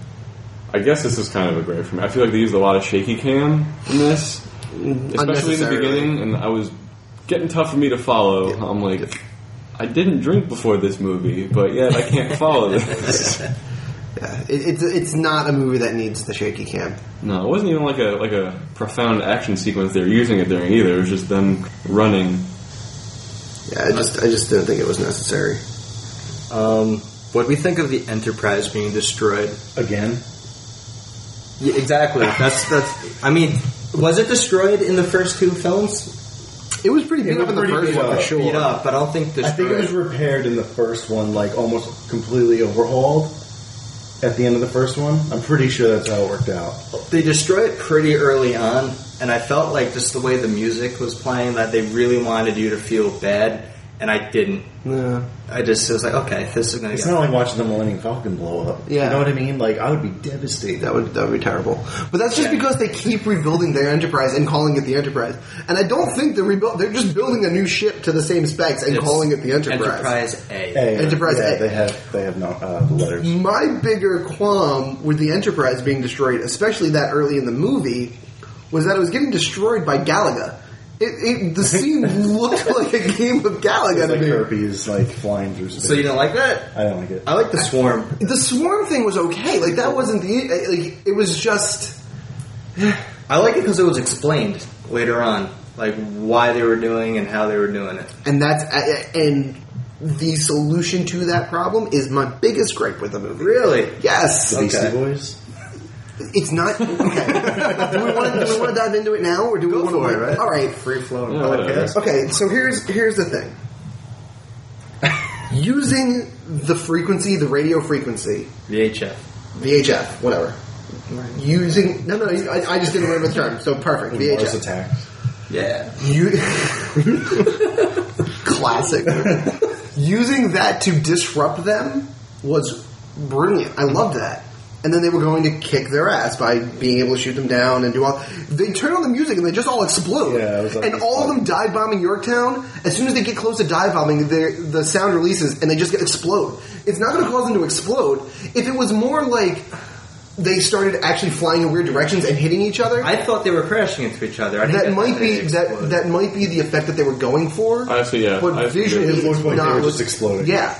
Speaker 1: I guess this is kind of a grade for me. I feel like they used a lot of shaky cam in this, especially in the
Speaker 3: Unnecessarily.
Speaker 1: beginning, and I was getting tough for me to follow. I'm like, I didn't drink before this movie, but yet I
Speaker 3: <laughs>
Speaker 1: can't follow this.
Speaker 3: Yeah, it, it's it's not a movie that needs the shaky cam.
Speaker 1: No, it wasn't even like a like a profound action sequence they were using it during either. It was just them running.
Speaker 3: Yeah, I just I just didn't think it was necessary.
Speaker 5: Um, what do we think of the Enterprise being destroyed?
Speaker 4: Again,
Speaker 5: Yeah, exactly. That's that's. I mean, was it destroyed in the first two films?
Speaker 3: It was pretty big
Speaker 4: was
Speaker 3: up in the
Speaker 4: pretty
Speaker 3: first
Speaker 4: beat
Speaker 3: one for
Speaker 4: up.
Speaker 3: sure.
Speaker 5: Beat up, but I don't think
Speaker 4: I
Speaker 5: destroyed.
Speaker 4: think it was repaired in the first one, like almost completely overhauled. At the end of the first one, I'm pretty sure that's how it worked out.
Speaker 5: they destroy it pretty early on, and I felt like just the way the music was playing that they really wanted you to feel bad, and I didn't.
Speaker 3: Yeah.
Speaker 5: I just was like, okay, this is gonna.
Speaker 4: It's
Speaker 5: get-
Speaker 4: not like watching the Millennium Falcon blow up.
Speaker 3: Yeah.
Speaker 4: you know what I mean? Like I would be devastated.
Speaker 3: That would that would be terrible. But that's just
Speaker 5: Yeah.
Speaker 3: because they keep rebuilding their enterprise and calling it the enterprise. And I don't think they're rebuild they're just building a new ship to the same specs and
Speaker 5: It's
Speaker 3: calling it the enterprise.
Speaker 5: Enterprise A.
Speaker 4: Hey,
Speaker 3: Enterprise
Speaker 4: yeah,
Speaker 3: A.
Speaker 4: They have they have no uh, the letters.
Speaker 3: My bigger qualm with the enterprise being destroyed, especially that early in the movie, was that it was getting destroyed by Galaga. It, it the scene looked like a game of Galaga
Speaker 4: It's
Speaker 3: to
Speaker 4: like
Speaker 3: me.
Speaker 4: herpes like flying through space.
Speaker 5: So you don't like that?
Speaker 4: I don't like it.
Speaker 5: I like the swarm.
Speaker 3: The swarm thing was okay. Like that wasn't the like it was just
Speaker 5: I like it because it was explained later on, like why they were doing and how they were doing it.
Speaker 3: and that's uh, and the solution to that problem is my biggest gripe with the movie.
Speaker 5: Really?
Speaker 3: Yes.
Speaker 4: The Beastie
Speaker 5: Okay.
Speaker 4: Boys.
Speaker 3: It's not. Okay. do, we
Speaker 5: <laughs>
Speaker 3: want to, do we want to dive into it now, or do we want to?
Speaker 5: for it, right?
Speaker 3: All right.
Speaker 5: Free flowing
Speaker 1: Yeah, whatever.
Speaker 5: podcast.
Speaker 3: Okay. So here's here's
Speaker 5: <laughs>
Speaker 3: the thing. Using the frequency, the radio frequency,
Speaker 5: VHF.
Speaker 3: VHF, whatever. Using no, no. I, I just didn't remember the term, so perfect.
Speaker 4: The Mars
Speaker 3: VHF.
Speaker 4: Attacks.
Speaker 5: Yeah.
Speaker 3: You <laughs> classic. Using that to disrupt them was brilliant. I loved that. And then they were going to kick their ass by being able to shoot them down and do all. They turn on the music and they just all explode.
Speaker 4: Yeah, it was like
Speaker 3: and
Speaker 4: this
Speaker 3: all of
Speaker 4: fun.
Speaker 3: them dive bombing Yorktown. As soon as they get close to dive bombing, they're- the sound releases and they just explode. It's not going to cause them to explode. If it was more like they started actually flying in weird directions and hitting each other,
Speaker 5: I thought they were crashing into each other. I think
Speaker 3: that might be that
Speaker 5: exploded.
Speaker 3: that might be the effect that they were going for.
Speaker 1: I see, yeah.
Speaker 3: But
Speaker 1: I-
Speaker 3: visually,
Speaker 4: It looked
Speaker 3: it's
Speaker 4: like they
Speaker 3: not
Speaker 4: were just
Speaker 3: look-
Speaker 4: exploding.
Speaker 3: Yeah,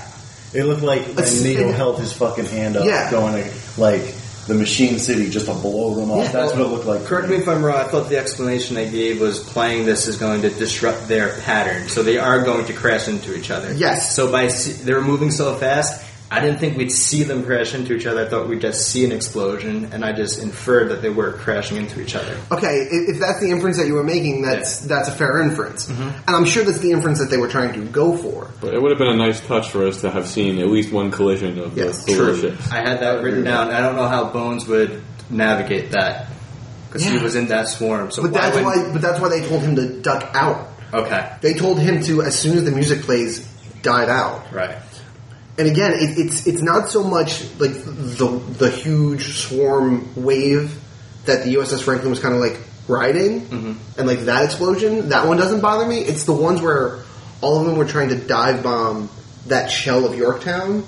Speaker 4: It looked like when
Speaker 3: It's-
Speaker 4: Neil
Speaker 3: it-
Speaker 4: held his fucking hand up,
Speaker 3: Yeah.
Speaker 4: going to, like the Machine City just to blow them off.
Speaker 3: Yeah.
Speaker 4: That's what it looked like. to
Speaker 5: Correct me if I'm wrong. I thought the explanation they gave was playing this is going to disrupt their pattern, so they are going to crash into each other.
Speaker 3: Yes.
Speaker 5: So by se- they were moving so fast, I didn't think we'd see them crash into each other. I thought we'd just see an explosion, and I just inferred that they were crashing into each other.
Speaker 3: okay. i- If that's the inference that you were making, that's that's a fair inference, and I'm sure that's the inference that they were trying to go for.
Speaker 1: But it would have been a nice touch for us to have seen at least one collision of
Speaker 3: Yes,
Speaker 1: the, the
Speaker 3: true.
Speaker 1: little ships.
Speaker 5: I had that written down. I don't know how Bones would navigate that because he
Speaker 3: Yeah.
Speaker 5: was in that swarm. So
Speaker 3: But
Speaker 5: why
Speaker 3: that's
Speaker 5: would
Speaker 3: why. But that's why they told him to duck out.
Speaker 5: Okay.
Speaker 3: They told him to as soon as the music plays, dive out.
Speaker 5: Right.
Speaker 3: and again, it, it's it's not so much like the the huge swarm wave that the USS Franklin was kind of like riding,
Speaker 5: Mm-hmm.
Speaker 3: and like that explosion, that one doesn't bother me. It's the ones where all of them were trying to dive bomb that shell of Yorktown.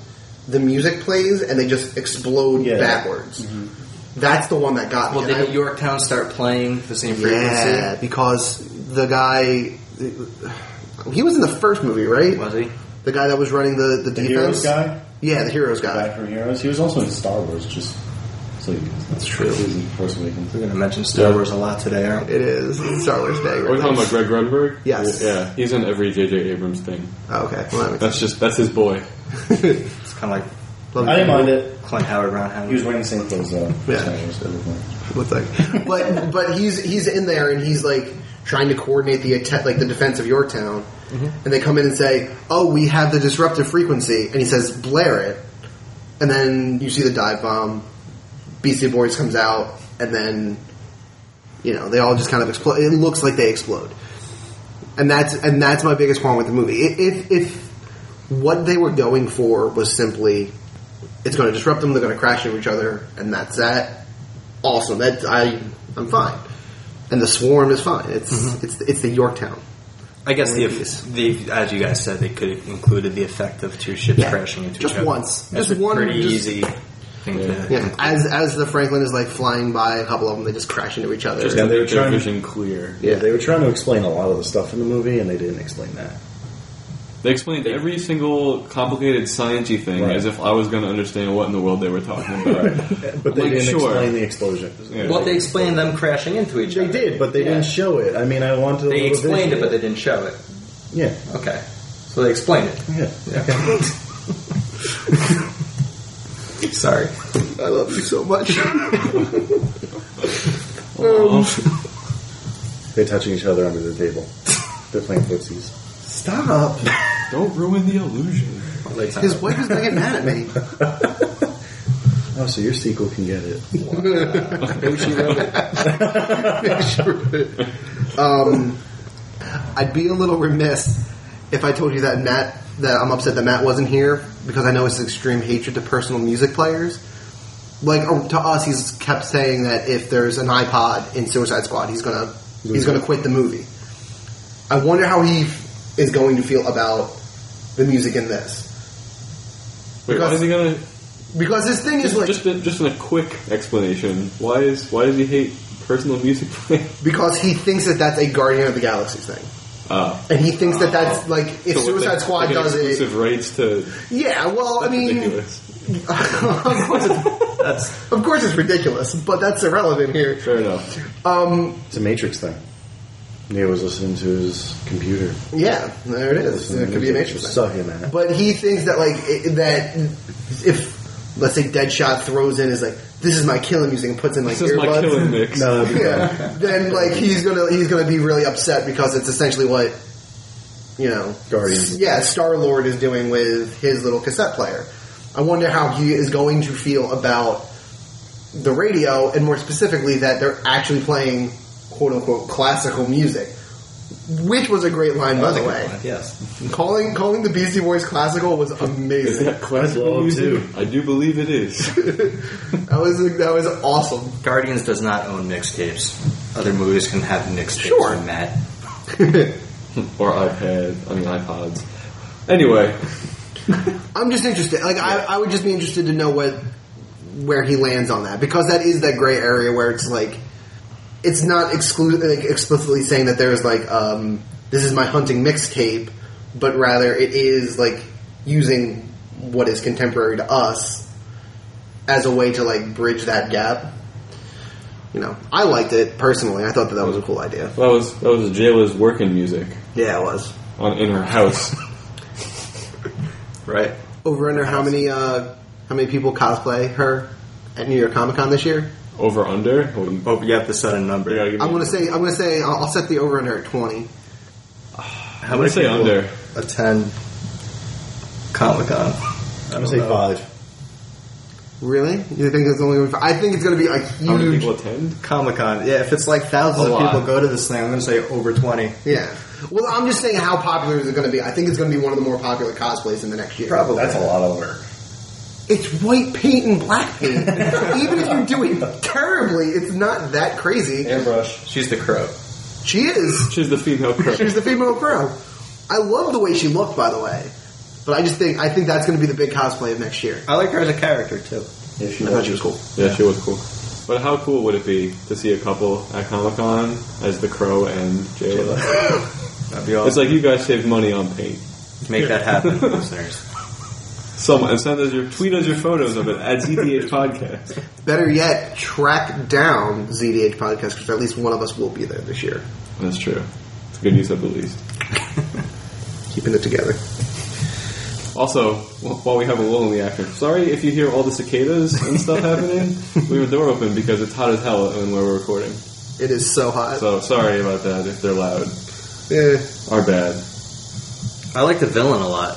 Speaker 3: The music plays and they just explode
Speaker 4: Yeah.
Speaker 3: backwards. That's the one that got
Speaker 5: Mm-hmm. Well,
Speaker 3: me. and
Speaker 5: did
Speaker 3: I-
Speaker 5: Yorktown start playing the same frequency?
Speaker 3: yeah, because the guy, he was in the first movie, right?
Speaker 5: Was he?
Speaker 3: The guy that was running the the,
Speaker 4: The
Speaker 3: defense
Speaker 4: Heroes guy?
Speaker 3: Yeah, the heroes guy.
Speaker 4: Guy from Heroes. He was also in Star Wars, just so you That's
Speaker 3: true.
Speaker 4: He was in Force Awakens.
Speaker 5: We're going to mention Star
Speaker 1: Yeah.
Speaker 5: Wars a lot today, aren't we?
Speaker 3: It is It's Star Wars Day.
Speaker 1: Are we talking about Greg Grunberg?
Speaker 3: Yes.
Speaker 1: Yeah, he's in every J.J. Abrams thing.
Speaker 3: Oh, okay. Well, that makes-
Speaker 1: That's just that's his boy.
Speaker 5: It's kind of like
Speaker 3: love
Speaker 4: I didn't
Speaker 3: that.
Speaker 4: mind it.
Speaker 5: Clint Howard, Ron
Speaker 4: He
Speaker 5: Howard.
Speaker 4: was wearing the same clothes though. for
Speaker 3: Yeah.
Speaker 4: Star Wars, so it was like-
Speaker 3: Looks like, but but he's he's in there and he's like trying to coordinate the attack, like the defense of Yorktown, and they come in and say, "Oh, we have the disruptive frequency," and he says, "Blare it," and then you see the dive bomb. Beastie Boys comes out, and then you know they all just kind of explode. It looks like they explode, and that's and that's my biggest problem with the movie. I- If if what they were going for was simply it's going to disrupt them, they're going to crash into each other, and that's that awesome. That I I'm fine. And the swarm is fine. It's it's it's the Yorktown.
Speaker 5: I guess the,
Speaker 3: Movies.
Speaker 5: the as you guys said, they could have included the effect of two ships
Speaker 3: Yeah.
Speaker 5: crashing into
Speaker 3: Just
Speaker 5: each other.
Speaker 3: once.
Speaker 5: That's
Speaker 3: Just
Speaker 5: a
Speaker 3: one-
Speaker 5: pretty
Speaker 3: just-
Speaker 5: easy thing to
Speaker 3: Yeah. As as the Franklin is like flying by a couple of them, they just crash into each other.
Speaker 1: Just
Speaker 4: Yeah,
Speaker 1: to
Speaker 4: they were
Speaker 1: make their
Speaker 4: trying-
Speaker 1: vision clear.
Speaker 4: Yeah, they were trying to explain a lot of the stuff in the movie, and they didn't explain that.
Speaker 1: They explained every single complicated sciencey thing
Speaker 4: Right.
Speaker 1: as if I was going to understand what in the world they were talking about.
Speaker 4: But they
Speaker 1: Like,
Speaker 4: didn't
Speaker 1: sure.
Speaker 4: explain the explosion.
Speaker 1: <laughs> Yeah.
Speaker 5: Well, they explained them crashing into each
Speaker 4: They
Speaker 5: other.
Speaker 4: did, but they didn't
Speaker 5: Yeah.
Speaker 4: show it. I mean, I wanted.
Speaker 5: They explained it, but they didn't show it.
Speaker 4: yeah,
Speaker 5: Okay. So they explained it.
Speaker 4: yeah.
Speaker 5: Sorry.
Speaker 3: I love you so much.
Speaker 4: They're touching each other under the <laughs> table. They're playing footsies.
Speaker 3: Stop.
Speaker 1: Don't ruin the illusion.
Speaker 3: His wife is gonna get mad at me.
Speaker 4: Oh, so your sequel can get it.
Speaker 3: um, I'd be a little remiss if I told you that Matt that I'm upset that Matt wasn't here because I know his extreme hatred to personal music players. Like uh, to us, he's kept saying that if there's an iPod in Suicide Squad, he's gonna he's gonna quit the movie. I wonder how he is going to feel about the music in this
Speaker 1: Wait, why is he going to?
Speaker 3: because his thing is like
Speaker 1: Just a, just in a quick explanation. Why is why does he hate personal music playing? <laughs>
Speaker 3: because he thinks that that's a Guardian of the Galaxy thing.
Speaker 1: Ah.
Speaker 3: And he thinks that that's like
Speaker 1: So
Speaker 3: if
Speaker 1: what,
Speaker 3: Suicide
Speaker 1: they-
Speaker 3: Squad
Speaker 1: they get
Speaker 3: does it,
Speaker 1: exclusive rights to.
Speaker 3: Yeah, well, I
Speaker 1: That's
Speaker 3: mean,
Speaker 1: ridiculous.
Speaker 3: <laughs> of, course it's, of course it's ridiculous, but that's irrelevant here.
Speaker 1: Fair enough.
Speaker 3: Um,
Speaker 4: It's a Matrix thing. Neo was listening to his computer.
Speaker 3: yeah, there it is. It could be a Matrix. thing.
Speaker 4: Suck in that.
Speaker 3: But he thinks that like it, that if let's say Deadshot throws in is like this is my killing music and puts in like
Speaker 1: This is my
Speaker 3: earbuds.
Speaker 1: killing mix.
Speaker 4: No, that'd be bad.
Speaker 3: Yeah, <laughs> then like he's gonna he's gonna be really upset because it's essentially what you know
Speaker 4: Guardians.
Speaker 3: Yeah, Star Lord is doing with his little cassette player. I wonder how he is going to feel about the radio, and more specifically, that they're actually playing "quote unquote" classical music, which was a great line, by the way.
Speaker 5: Yes.
Speaker 3: Calling calling the Beastie Boys classical was
Speaker 1: Is <laughs>
Speaker 3: amazing.
Speaker 1: that classical
Speaker 4: <laughs> Well,
Speaker 1: music?
Speaker 4: too.
Speaker 1: I do believe it is. <laughs>
Speaker 3: that was that was awesome.
Speaker 5: Guardians does not own mixtapes. Other movies can have mixtapes
Speaker 3: Sure.
Speaker 5: on that.
Speaker 1: or iPad. I mean iPods. Anyway,
Speaker 3: I'm just interested. Like I, I would just be interested to know what where he lands on that because that is that gray area where it's like it's not exclu- like explicitly saying that there's like um, this is my hunting mixtape, but rather it is like using what is contemporary to us as a way to like bridge that gap. You know, I liked it personally. I thought that that was a cool idea.
Speaker 1: that was that was Jayla's working music
Speaker 3: Yeah, it was.
Speaker 1: on in her
Speaker 5: <laughs>
Speaker 1: house.
Speaker 5: Right.
Speaker 3: Over under how many uh, how many people cosplay her at New York Comic Con this year?
Speaker 1: Over under. What do you-
Speaker 5: Hope you have the sudden number.
Speaker 1: you gotta give me-
Speaker 3: I'm gonna say I'm gonna say I'll, I'll set the over under at 20.
Speaker 5: How
Speaker 1: I'm gonna say
Speaker 5: people
Speaker 1: under.
Speaker 5: attend Comic Con?
Speaker 4: I'm gonna say five.
Speaker 3: Really? You think it's only going to, I think it's gonna be a
Speaker 1: How many
Speaker 3: huge
Speaker 1: people attend?
Speaker 5: Comic Con. Yeah, if it's like thousands
Speaker 1: A
Speaker 5: of
Speaker 1: lot.
Speaker 5: people go to this thing, I'm going to say over 20.
Speaker 3: yeah. Well, I'm just saying how popular is it gonna be? I think it's gonna be one of the more popular cosplays in the next year.
Speaker 5: Probably.
Speaker 4: That's a lot of work.
Speaker 3: It's white paint and black paint. <laughs> Even if you're doing terribly, it's not that crazy.
Speaker 2: Airbrush.
Speaker 5: She's the crow.
Speaker 3: She is.
Speaker 1: She's the female
Speaker 3: <laughs>
Speaker 1: crow.
Speaker 3: She's the female crow. I love the way she looked, by the way. But I just think I think that's going to be the big cosplay of next year.
Speaker 5: I like her as a character too.
Speaker 2: If she
Speaker 3: I thought
Speaker 2: was.
Speaker 3: she was cool.
Speaker 1: Yeah, she was cool. But how cool would it be to see a couple at Comic Con as the Crow and <laughs> Jayla?
Speaker 5: That'd
Speaker 1: It's
Speaker 5: be awesome.
Speaker 1: like you guys saved money on paint.
Speaker 5: Make that happen, listeners.
Speaker 1: Some and send us your tweet us your photos of it at
Speaker 5: <laughs>
Speaker 1: ZDH Podcast.
Speaker 3: Better yet, track down ZDH podcast because at least one of us will be there this year,
Speaker 1: That's true. It's good use of the least.
Speaker 3: keeping it together.
Speaker 1: Also, wh- while we have a lull in the action, sorry if you hear all the cicadas and stuff happening. We have a door open because it's hot as hell and where we're recording.
Speaker 3: It is so hot.
Speaker 1: So sorry about that if they're loud.
Speaker 3: yeah.
Speaker 1: Our bad.
Speaker 5: <laughs> I like the villain a lot.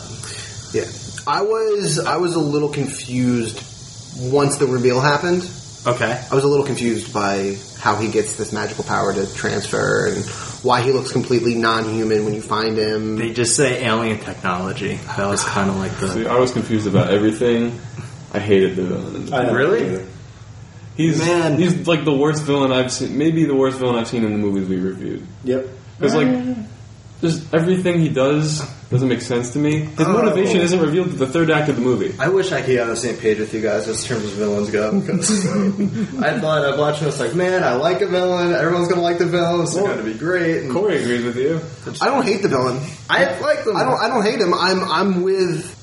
Speaker 3: Yeah, I was I was a little confused once the reveal happened.
Speaker 5: Okay.
Speaker 3: I was a little confused by how he gets this magical power to transfer and why he looks completely non-human when you find him.
Speaker 5: They just say alien technology. That was kind of like
Speaker 1: See, <laughs>
Speaker 5: the.
Speaker 1: I was confused about everything. I hated the villain.
Speaker 4: I know.
Speaker 5: Really?
Speaker 1: He's
Speaker 5: Man.
Speaker 1: he's like the worst villain I've seen. Maybe the worst villain I've seen in the movies we reviewed.
Speaker 4: Yep.
Speaker 1: Because like, just everything he does doesn't make sense to me. His motivation isn't revealed to the third act of the movie.
Speaker 5: I wish I could be on the same page with you guys as terms of villains go. Because I thought I'm watching this like, man, I like a villain. Everyone's gonna like the villain. It's
Speaker 1: Well,
Speaker 5: gonna be great. And
Speaker 1: Corey agrees with you.
Speaker 3: I don't hate the villain.
Speaker 5: I like them.
Speaker 3: I don't I don't hate him. I'm I'm with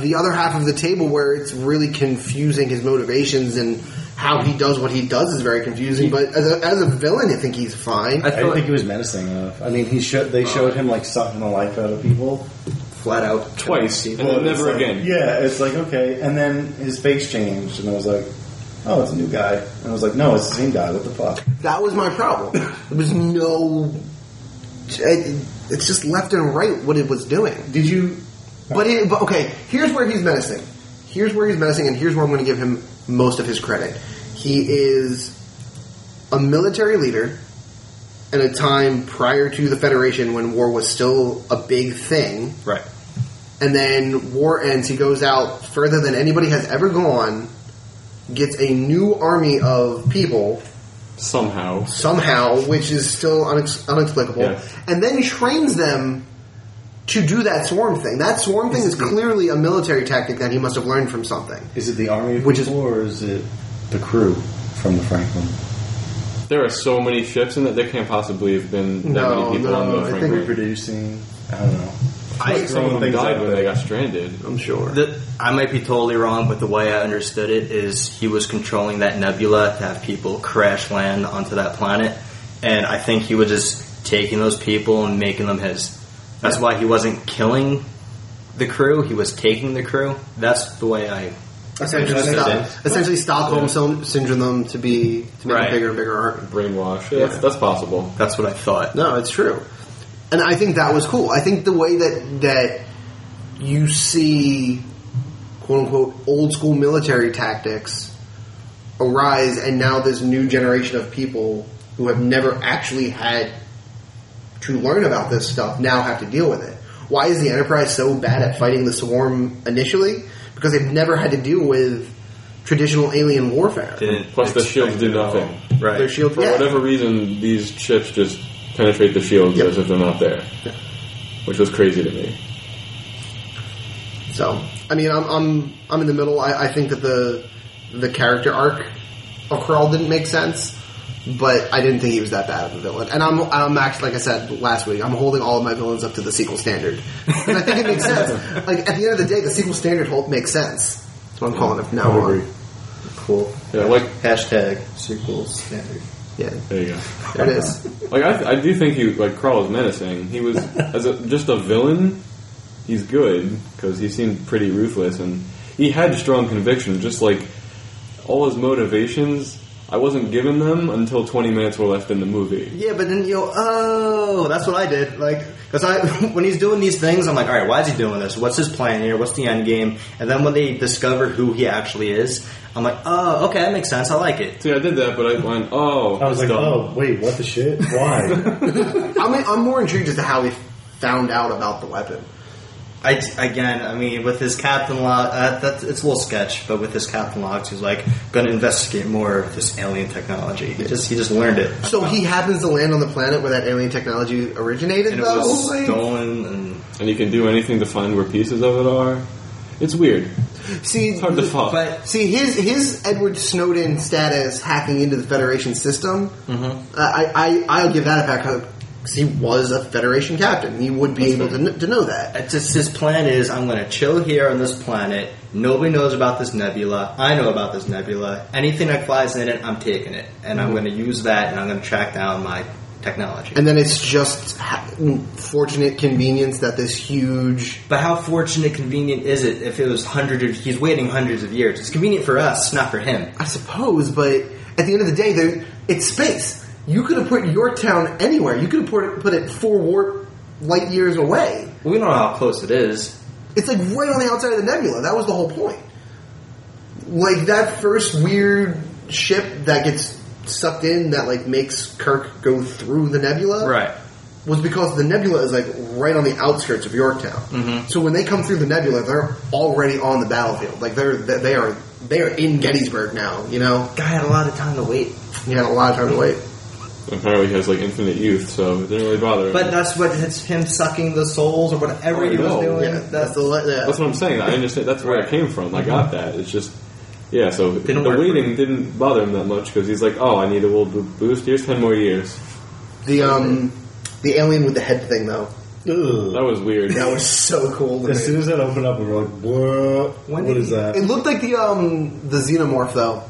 Speaker 3: the other half of the table where it's really confusing his motivations and how he does what he does is very confusing. But as a, as a villain, I think he's fine.
Speaker 5: I
Speaker 4: I didn't
Speaker 5: feel
Speaker 4: think
Speaker 5: like
Speaker 4: he was menacing enough. I mean, he showed they showed him like sucking the life out of people
Speaker 5: flat out
Speaker 1: Twice, and then
Speaker 4: Well, it's
Speaker 1: never
Speaker 4: like-
Speaker 1: again.
Speaker 4: Yeah, it's like okay, and then his face changed, and I was like, oh, it's a new guy, and I was like, no, it's the same guy. What the fuck?
Speaker 3: That was my problem. There was no. It, it's just left and right what it was doing.
Speaker 4: Did you?
Speaker 3: But, it, but okay, here's where he's menacing. Here's where he's menacing, and here's where I'm going to give him most of his credit. He is a military leader at a time prior to the Federation when war was still a big thing.
Speaker 5: Right.
Speaker 3: And then war ends, he goes out further than anybody has ever gone, gets a new army of people
Speaker 1: Somehow,
Speaker 3: somehow, which is still unex- unexplicable,
Speaker 1: Yeah.
Speaker 3: and then trains them to do that swarm thing. That swarm thing is clearly a military tactic that he must have learned from something.
Speaker 4: Is it the army of
Speaker 3: Which is-
Speaker 4: people, or is it the crew from the Franklin?
Speaker 1: there are so many ships in that there can't possibly have been that
Speaker 3: No,
Speaker 1: many people
Speaker 3: no,
Speaker 1: on
Speaker 3: I
Speaker 1: the
Speaker 3: think
Speaker 1: Franklin.
Speaker 4: Reproducing? I don't know.
Speaker 5: I
Speaker 1: Some of them
Speaker 4: things
Speaker 1: died
Speaker 4: out
Speaker 1: when
Speaker 4: there.
Speaker 1: they got stranded.
Speaker 3: I'm sure.
Speaker 5: the, I might be totally wrong, but the way I understood it is he was controlling that nebula to have people crash land onto that planet, and I think he was just taking those people and making them his. That's why he wasn't killing the crew; he was taking the crew. That's the way I.
Speaker 3: essentially,
Speaker 5: That's
Speaker 3: Stock-
Speaker 5: it.
Speaker 3: essentially Stockholm syn- syndrome them to be to make
Speaker 5: Right.
Speaker 3: a bigger and bigger army.
Speaker 1: Brainwash. Yeah, That's, that's possible.
Speaker 5: That's what I thought.
Speaker 3: No, it's true, and I think that was cool. I think the way that that you see quote unquote old school military tactics arise, and now this new generation of people who have never actually had to learn about this stuff now have to deal with it. Why is the Enterprise so bad at fighting the swarm initially? Because they've never had to deal with traditional alien warfare.
Speaker 5: Didn't
Speaker 1: Plus the
Speaker 5: expect
Speaker 1: shields do
Speaker 5: it at all.
Speaker 1: nothing.
Speaker 5: Right.
Speaker 3: Their shield
Speaker 1: For
Speaker 3: yeah.
Speaker 1: whatever reason, these ships just penetrate the shields
Speaker 3: Yep.
Speaker 1: as if they're not there, which was crazy to me.
Speaker 3: So, I mean, I'm I'm I'm in the middle. I, I think that the the character arc of Carl didn't make sense, but I didn't think he was that bad of a villain. And I'm I'm actually, like I said last week, I'm holding all of my villains up to the sequel standard, and I think it makes sense. Like at the end of the day, the sequel standard hold makes sense. That's what I'm calling it from now on.
Speaker 2: cool.
Speaker 1: Yeah, like
Speaker 2: Hashtag sequels standard.
Speaker 3: Yeah,
Speaker 1: there you go.
Speaker 3: there it is.
Speaker 1: Like I, I do think he like Carl was menacing. He
Speaker 4: <laughs>
Speaker 1: was as a, just a villain. He's good because he seemed pretty ruthless and he had strong conviction. Just like all his motivations, I wasn't given them until twenty minutes were left in the movie.
Speaker 5: Yeah, but then you go, oh, that's what I did. Like, because I <laughs> when he's doing these things, I'm like, all right, why is he doing this? What's his plan here? What's the end game? And then when they discover who he actually is, I'm like, oh, okay, that makes sense. I like it.
Speaker 1: See, I did that, but I went, oh,
Speaker 4: I was like,
Speaker 1: dumb.
Speaker 4: oh wait, what the shit? Why? <laughs>
Speaker 3: I'm I'm more intrigued as to how he found out about the weapon
Speaker 5: I again, I mean, with his Captain Log, uh, that's it's a little sketch, but with his Captain Logs, he's like going to investigate more of this alien technology. He just he just learned it,
Speaker 3: So he happens to land on the planet where that alien technology originated,
Speaker 5: and it
Speaker 3: though.
Speaker 5: was
Speaker 3: Like-
Speaker 5: stolen. And
Speaker 1: And you can do anything to find where pieces of it are. It's weird.
Speaker 3: see,
Speaker 1: It's hard to follow.
Speaker 5: but
Speaker 3: See his his Edward Snowden status hacking into the Federation system. Mm-hmm. I, I I'll give that a back because he was a Federation captain. He would be able to, kn- to know that.
Speaker 5: It's just his plan is I'm going to chill here on this planet. Nobody knows about this nebula. I know about this nebula. Anything that flies in it, I'm taking it, and I'm going to use that, and I'm going to track down my technology.
Speaker 3: And then it's just ha- mm, fortunate convenience that this huge
Speaker 5: but how fortunate, convenient is it if it was hundreds? Of, he's waiting hundreds of years. It's convenient for us, not for him.
Speaker 3: I suppose, but at the end of the day, there it's space. You could have put your town anywhere. You could have put it, put it four warp light years away.
Speaker 5: We don't know how close it is.
Speaker 3: It's like right on the outside of the nebula. That was the whole point. Like that first weird ship that gets sucked in that like makes Kirk go through the nebula. Was because the nebula is like right on the outskirts of Yorktown. Mm-hmm. So when they come through the nebula, they're already on the battlefield. Like they're they are they are in Gettysburg now. You know,
Speaker 5: Guy had a lot of time to wait.
Speaker 3: you had a lot of time to wait.
Speaker 1: Apparently, he has like infinite youth, so it didn't really bother. him.
Speaker 5: But that's what it's him sucking the souls or whatever
Speaker 1: Oh, I
Speaker 5: he was
Speaker 1: know.
Speaker 5: doing.
Speaker 3: Yeah, that's the le- yeah.
Speaker 1: That's what I'm saying. I understand. That's where it came from. I got that. It's just, yeah. So
Speaker 5: Didn't
Speaker 1: the
Speaker 5: work for
Speaker 1: waiting didn't bother him that much because he's like, oh, I need a little bo- boost. Here's ten more years.
Speaker 3: The um the alien with the head thing though.
Speaker 1: That was weird.
Speaker 3: That was so cool. to
Speaker 4: As
Speaker 3: me.
Speaker 4: soon as that opened up, we were like, "What?
Speaker 5: When
Speaker 4: what
Speaker 5: did
Speaker 4: is
Speaker 5: he-
Speaker 4: that?"
Speaker 3: It looked like the um the xenomorph though,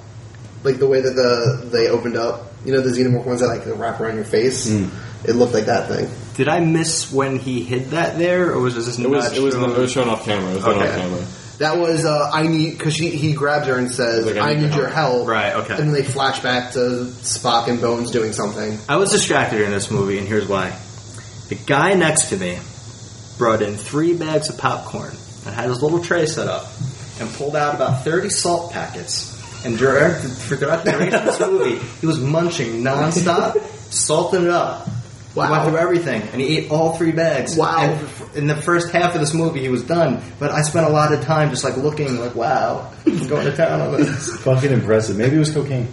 Speaker 3: like the way that the they opened up. You know the xenomorph ones that like they wrap around your face. It looked like that thing.
Speaker 5: Did I miss when he hid that there, or was this
Speaker 1: It was. It was. It was shown off camera. It was not
Speaker 5: Okay.
Speaker 1: on
Speaker 5: <laughs>
Speaker 1: camera.
Speaker 3: That was uh, I need because she he grabs her and says
Speaker 1: Like,
Speaker 3: I, need your help.
Speaker 5: Right, okay.
Speaker 3: And then they flash back to Spock and Bones doing something.
Speaker 5: I was distracted in this movie, and here's why. The guy next to me brought in three bags of popcorn and had his little tray set up and pulled out about 30 salt packets. And throughout throughout the duration of this movie, he was munching nonstop, salting it up. He
Speaker 3: Wow.
Speaker 5: went through everything, and he ate all three bags.
Speaker 3: Wow.
Speaker 5: And f- in the first half of this movie, he was done, but I spent a lot of time just like looking, like,
Speaker 3: <laughs>
Speaker 5: wow, he's going to town on this.
Speaker 4: Fucking impressive. Maybe it was cocaine.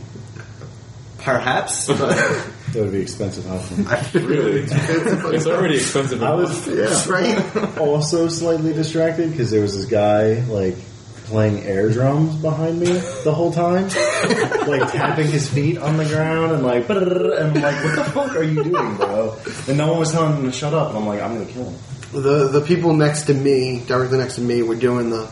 Speaker 5: Perhaps, but
Speaker 4: That would be expensive. Huh?
Speaker 1: Really, it's already expensive.
Speaker 4: I was
Speaker 3: Right?
Speaker 4: also slightly distracted because there was this guy like playing air drums behind me the whole time, like tapping his feet on the ground and like, brrr, and I'm like, what the fuck are you doing, bro? And no one was telling him to shut up. And I'm like, I'm gonna kill him.
Speaker 3: the the people next to me, directly next to me, were doing the.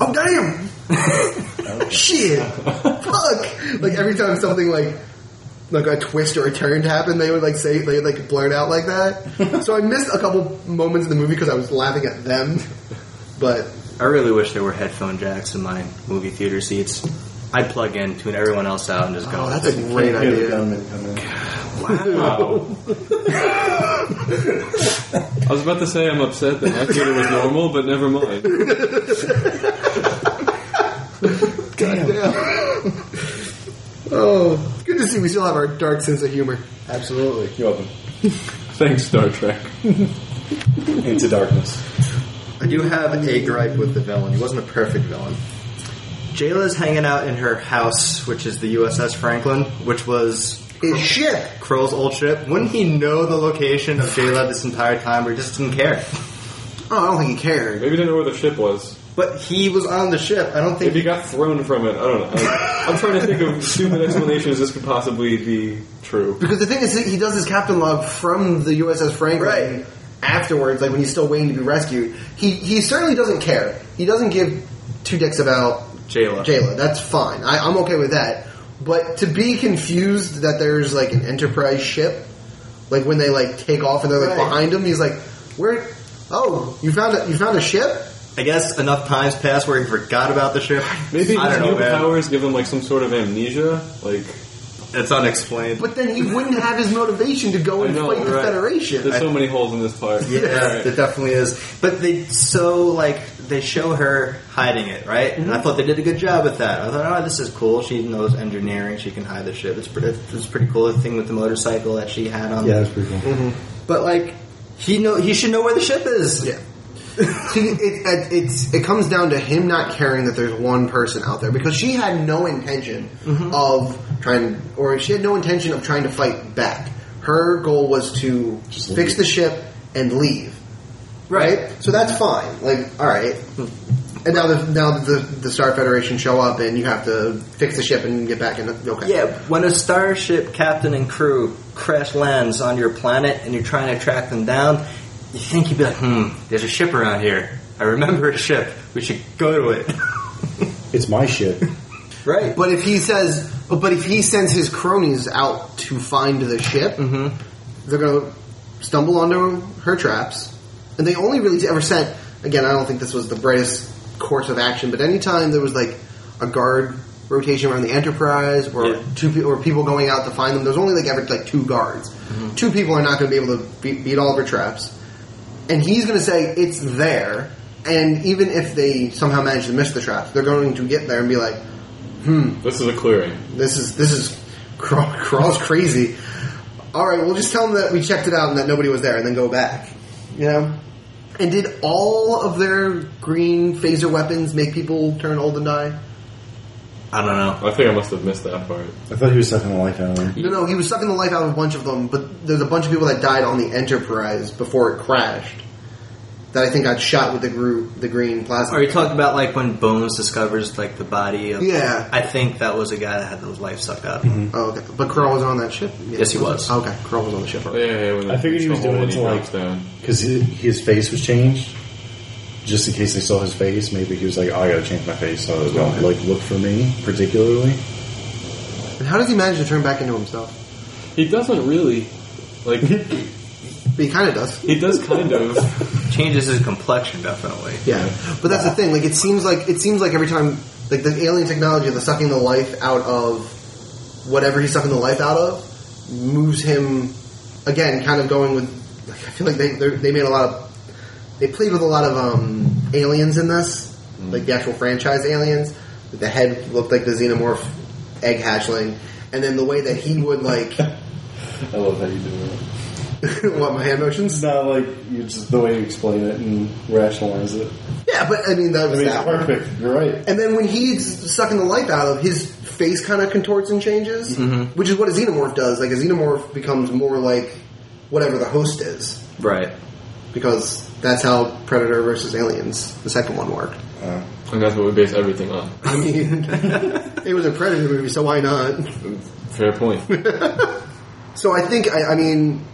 Speaker 3: Oh damn! Shit! Fuck! Like every time something like like a twist or a turn happened, they would like say they would, like blurt out like that. so I missed a couple moments in the movie because I was laughing at them. But
Speaker 5: I really wish there were headphone jacks in my movie theater seats. I'd plug in, tune everyone else out, and just go.
Speaker 3: oh, that's a great
Speaker 4: Hear the
Speaker 3: idea.
Speaker 4: gunman come in.
Speaker 1: Wow. I was about to say I'm upset that I thought it was normal, but never mind.
Speaker 3: Oh, it's good to see we still have our dark sense of humor.
Speaker 4: Absolutely, you're welcome.
Speaker 1: Thanks, Star Trek.
Speaker 4: Into darkness.
Speaker 5: I do have a gripe with the villain. He wasn't a perfect villain. Jayla's hanging out in her house, which is the USS Franklin, which was
Speaker 3: His ship.
Speaker 5: Krill's old ship. Wouldn't he know the location of Jayla this entire time, or he just didn't care?
Speaker 3: Oh, I don't think he cared.
Speaker 1: Maybe he didn't know where the ship was.
Speaker 5: But he was on the ship. I don't
Speaker 1: If
Speaker 5: think.
Speaker 1: he got thrown from it, I don't know. I'm, I'm trying to think of stupid explanations this could possibly be true.
Speaker 3: Because the thing is, he does his captain log from the USS Franklin
Speaker 5: Right.
Speaker 3: afterwards, like when he's still waiting to be rescued. He he certainly doesn't care. He doesn't give two dicks about
Speaker 5: Jayla.
Speaker 3: Jayla. That's fine. I, I'm okay with that. But to be confused that there's like an Enterprise ship, like when they like take off and they're like
Speaker 5: Right.
Speaker 3: behind him, he's like, "Where? Oh, you found a, you found a ship?
Speaker 5: I guess enough times passed where he forgot about the ship.
Speaker 1: Maybe
Speaker 5: I
Speaker 1: his
Speaker 5: don't know,
Speaker 1: new
Speaker 5: man.
Speaker 1: powers give him like some sort of amnesia. Like
Speaker 5: It's
Speaker 3: <laughs>
Speaker 5: unexplained.
Speaker 3: But then he wouldn't have his motivation to go
Speaker 1: I
Speaker 3: and
Speaker 1: know,
Speaker 3: fight the
Speaker 1: right.
Speaker 3: Federation.
Speaker 1: There's so many holes in this part.
Speaker 5: Yeah,
Speaker 1: Alright.
Speaker 5: there definitely is. But they so like they show her hiding it, right? And I thought they did a good job with that. I thought, oh, this is cool. She knows engineering. She can hide the ship. It's pretty. It's pretty cool. The thing with the motorcycle that she had on.
Speaker 4: Yeah, that's pretty cool.
Speaker 5: But like, he know he should know where the ship is.
Speaker 3: Yeah. <laughs> See, it, it, it's it comes down to him not caring that there's one person out there because she had no intention of trying, or she had no intention of trying to fight back. Her goal was to fix the ship and leave, right? So that's fine. Like, all right. And now the now the the Star Federation show up and you have to fix the ship and get back in. the- Okay,
Speaker 5: Yeah, when a starship captain and crew crash lands on your planet and you're trying to track them down, you think you'd be like, hmm, there's a ship around here. I remember a ship. We should go to it.
Speaker 4: It's my ship.
Speaker 5: <laughs> right.
Speaker 3: But if he says, but if he sends his cronies out to find the ship, they're gonna stumble onto her traps. And they only really ever sent. Again, I don't think this was the brightest course of action, but anytime there was like a guard rotation around the Enterprise, or
Speaker 1: Yeah.
Speaker 3: two pe- or people going out to find them, there's only like ever like two guards. Two people are not going to be able to be- beat all of her traps and he's going to say it's there. And even if they somehow manage to miss the traps, they're going to get there and be like,
Speaker 1: This is a clearing.
Speaker 3: "This is this is Craw- <laughs> Craw's crazy." All right, we'll just tell them that we checked it out and that nobody was there, and then go back. You know. And did all of their green phaser weapons make people turn old and die?
Speaker 5: I don't know.
Speaker 1: I think I must have missed that part.
Speaker 4: I thought he was sucking the life out of me.
Speaker 3: No, no, he was sucking the life out of a bunch of them, but there's a bunch of people that died on the Enterprise before it crashed. That I think got shot with the gru- the green plasma.
Speaker 5: Are you talking about like when Bones discovers like the body of?
Speaker 3: Yeah.
Speaker 5: I think that was a guy that had those life sucked up.
Speaker 3: Oh, okay. But Carl was on that ship.
Speaker 5: Yes, he was. Oh,
Speaker 3: Okay, Carl was on the ship.
Speaker 1: Oh, Yeah, yeah, yeah, when
Speaker 4: I figured he was
Speaker 1: the
Speaker 4: doing
Speaker 1: hole
Speaker 4: it to,
Speaker 1: and he
Speaker 4: like-
Speaker 1: drops down.
Speaker 4: Because his face was changed. Just in case they saw his face, maybe he was like, oh, I gotta change my face so they don't like look for me particularly.
Speaker 3: And how does he manage to turn back into himself?
Speaker 1: He doesn't really. Like,
Speaker 3: But he kind of does.
Speaker 1: he does kind of.
Speaker 5: Changes his complexion definitely.
Speaker 3: Yeah. But that's the thing. Like it seems like it seems like every time, like the alien technology, the sucking the life out of whatever he's sucking the life out of, moves him again. Kind of going with. Like, I feel like they they're- they made a lot of. They played with a lot of um, aliens in this,
Speaker 4: Mm.
Speaker 3: like the actual franchise aliens. The head looked like the xenomorph egg hatchling, and then the way that he would like <laughs>
Speaker 4: I love how you do it.
Speaker 3: what my hand motions.
Speaker 4: It's not like you just the way you explain it and rationalize it.
Speaker 3: Yeah, but I mean that
Speaker 4: I
Speaker 3: was
Speaker 4: mean, it's
Speaker 3: that. one.
Speaker 4: perfect. You're right.
Speaker 3: And then when he's sucking the life out of his face, kind of contorts and changes, which is what a xenomorph does. Like a xenomorph becomes more like whatever the host is,
Speaker 5: Right.
Speaker 3: because that's how Predator versus Aliens, the second one, worked.
Speaker 1: And that's what we base everything on.
Speaker 3: I mean, <laughs> it was a Predator movie, so why not?
Speaker 1: Fair point.
Speaker 3: So I think I, I mean,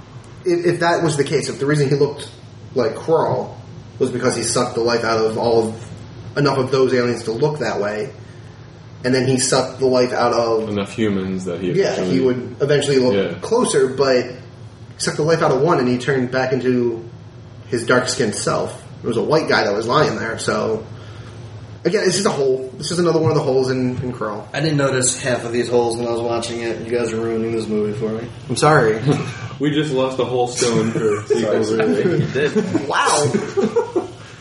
Speaker 3: if, if that was the case, if the reason he looked like Crawl was because he sucked the life out of all of, enough of those aliens to look that way, and then he sucked the life out of
Speaker 1: Enough humans that he.
Speaker 3: yeah, he would eventually look
Speaker 1: Yeah.
Speaker 3: closer, but he sucked the life out of one, and he turned back into his dark skinned self. There was a white guy that was lying there, so. Again, this is a hole. This is another one of the holes in, in Crawl.
Speaker 5: I didn't notice half of these holes when I was watching it. You guys are ruining this movie for me.
Speaker 3: I'm sorry.
Speaker 1: We just lost a whole stone <laughs> for sequels.
Speaker 5: You did.
Speaker 3: <laughs> wow.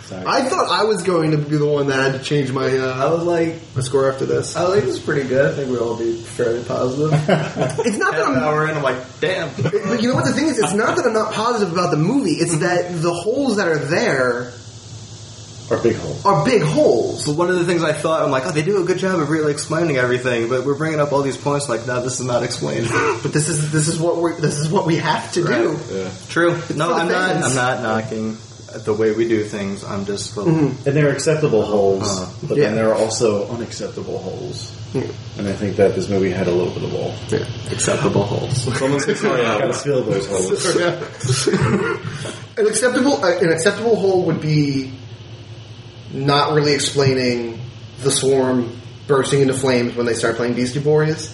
Speaker 4: Sorry.
Speaker 3: I thought I was going to be the one that had to change my
Speaker 5: I
Speaker 3: uh,
Speaker 5: was like,
Speaker 3: my score after this.
Speaker 5: I was like, this is pretty good. I think we all be fairly positive. Half
Speaker 3: <laughs> It's not that
Speaker 5: an
Speaker 3: I'm.
Speaker 5: hour in, I'm like, damn.
Speaker 3: But you know what the thing is? It's not that I'm not positive about the movie. It's that the holes that are there
Speaker 4: Our big hole.
Speaker 3: are big holes.
Speaker 5: But one of the things I thought, I'm like, oh, they do a good job of really explaining everything, but we're bringing up all these points. Like, no, this is not explained.
Speaker 3: But this is this is what we are this is what we have to do.
Speaker 1: Yeah.
Speaker 5: True.
Speaker 3: for
Speaker 5: No,
Speaker 3: the
Speaker 5: I'm
Speaker 3: fans.
Speaker 5: not. I'm not knocking the way we do things. I'm just.
Speaker 4: And there are acceptable holes,
Speaker 5: Uh,
Speaker 4: but
Speaker 3: yeah.
Speaker 4: then there are also unacceptable holes.
Speaker 3: Yeah.
Speaker 4: And I think that this movie had a little bit of all.
Speaker 5: acceptable holes.
Speaker 1: Someone say sorry
Speaker 4: I gotta
Speaker 1: out.
Speaker 4: fill those holes.
Speaker 3: <laughs> an acceptable uh, an acceptable hole would be not really explaining the swarm bursting into flames when they start playing Beastie Boys.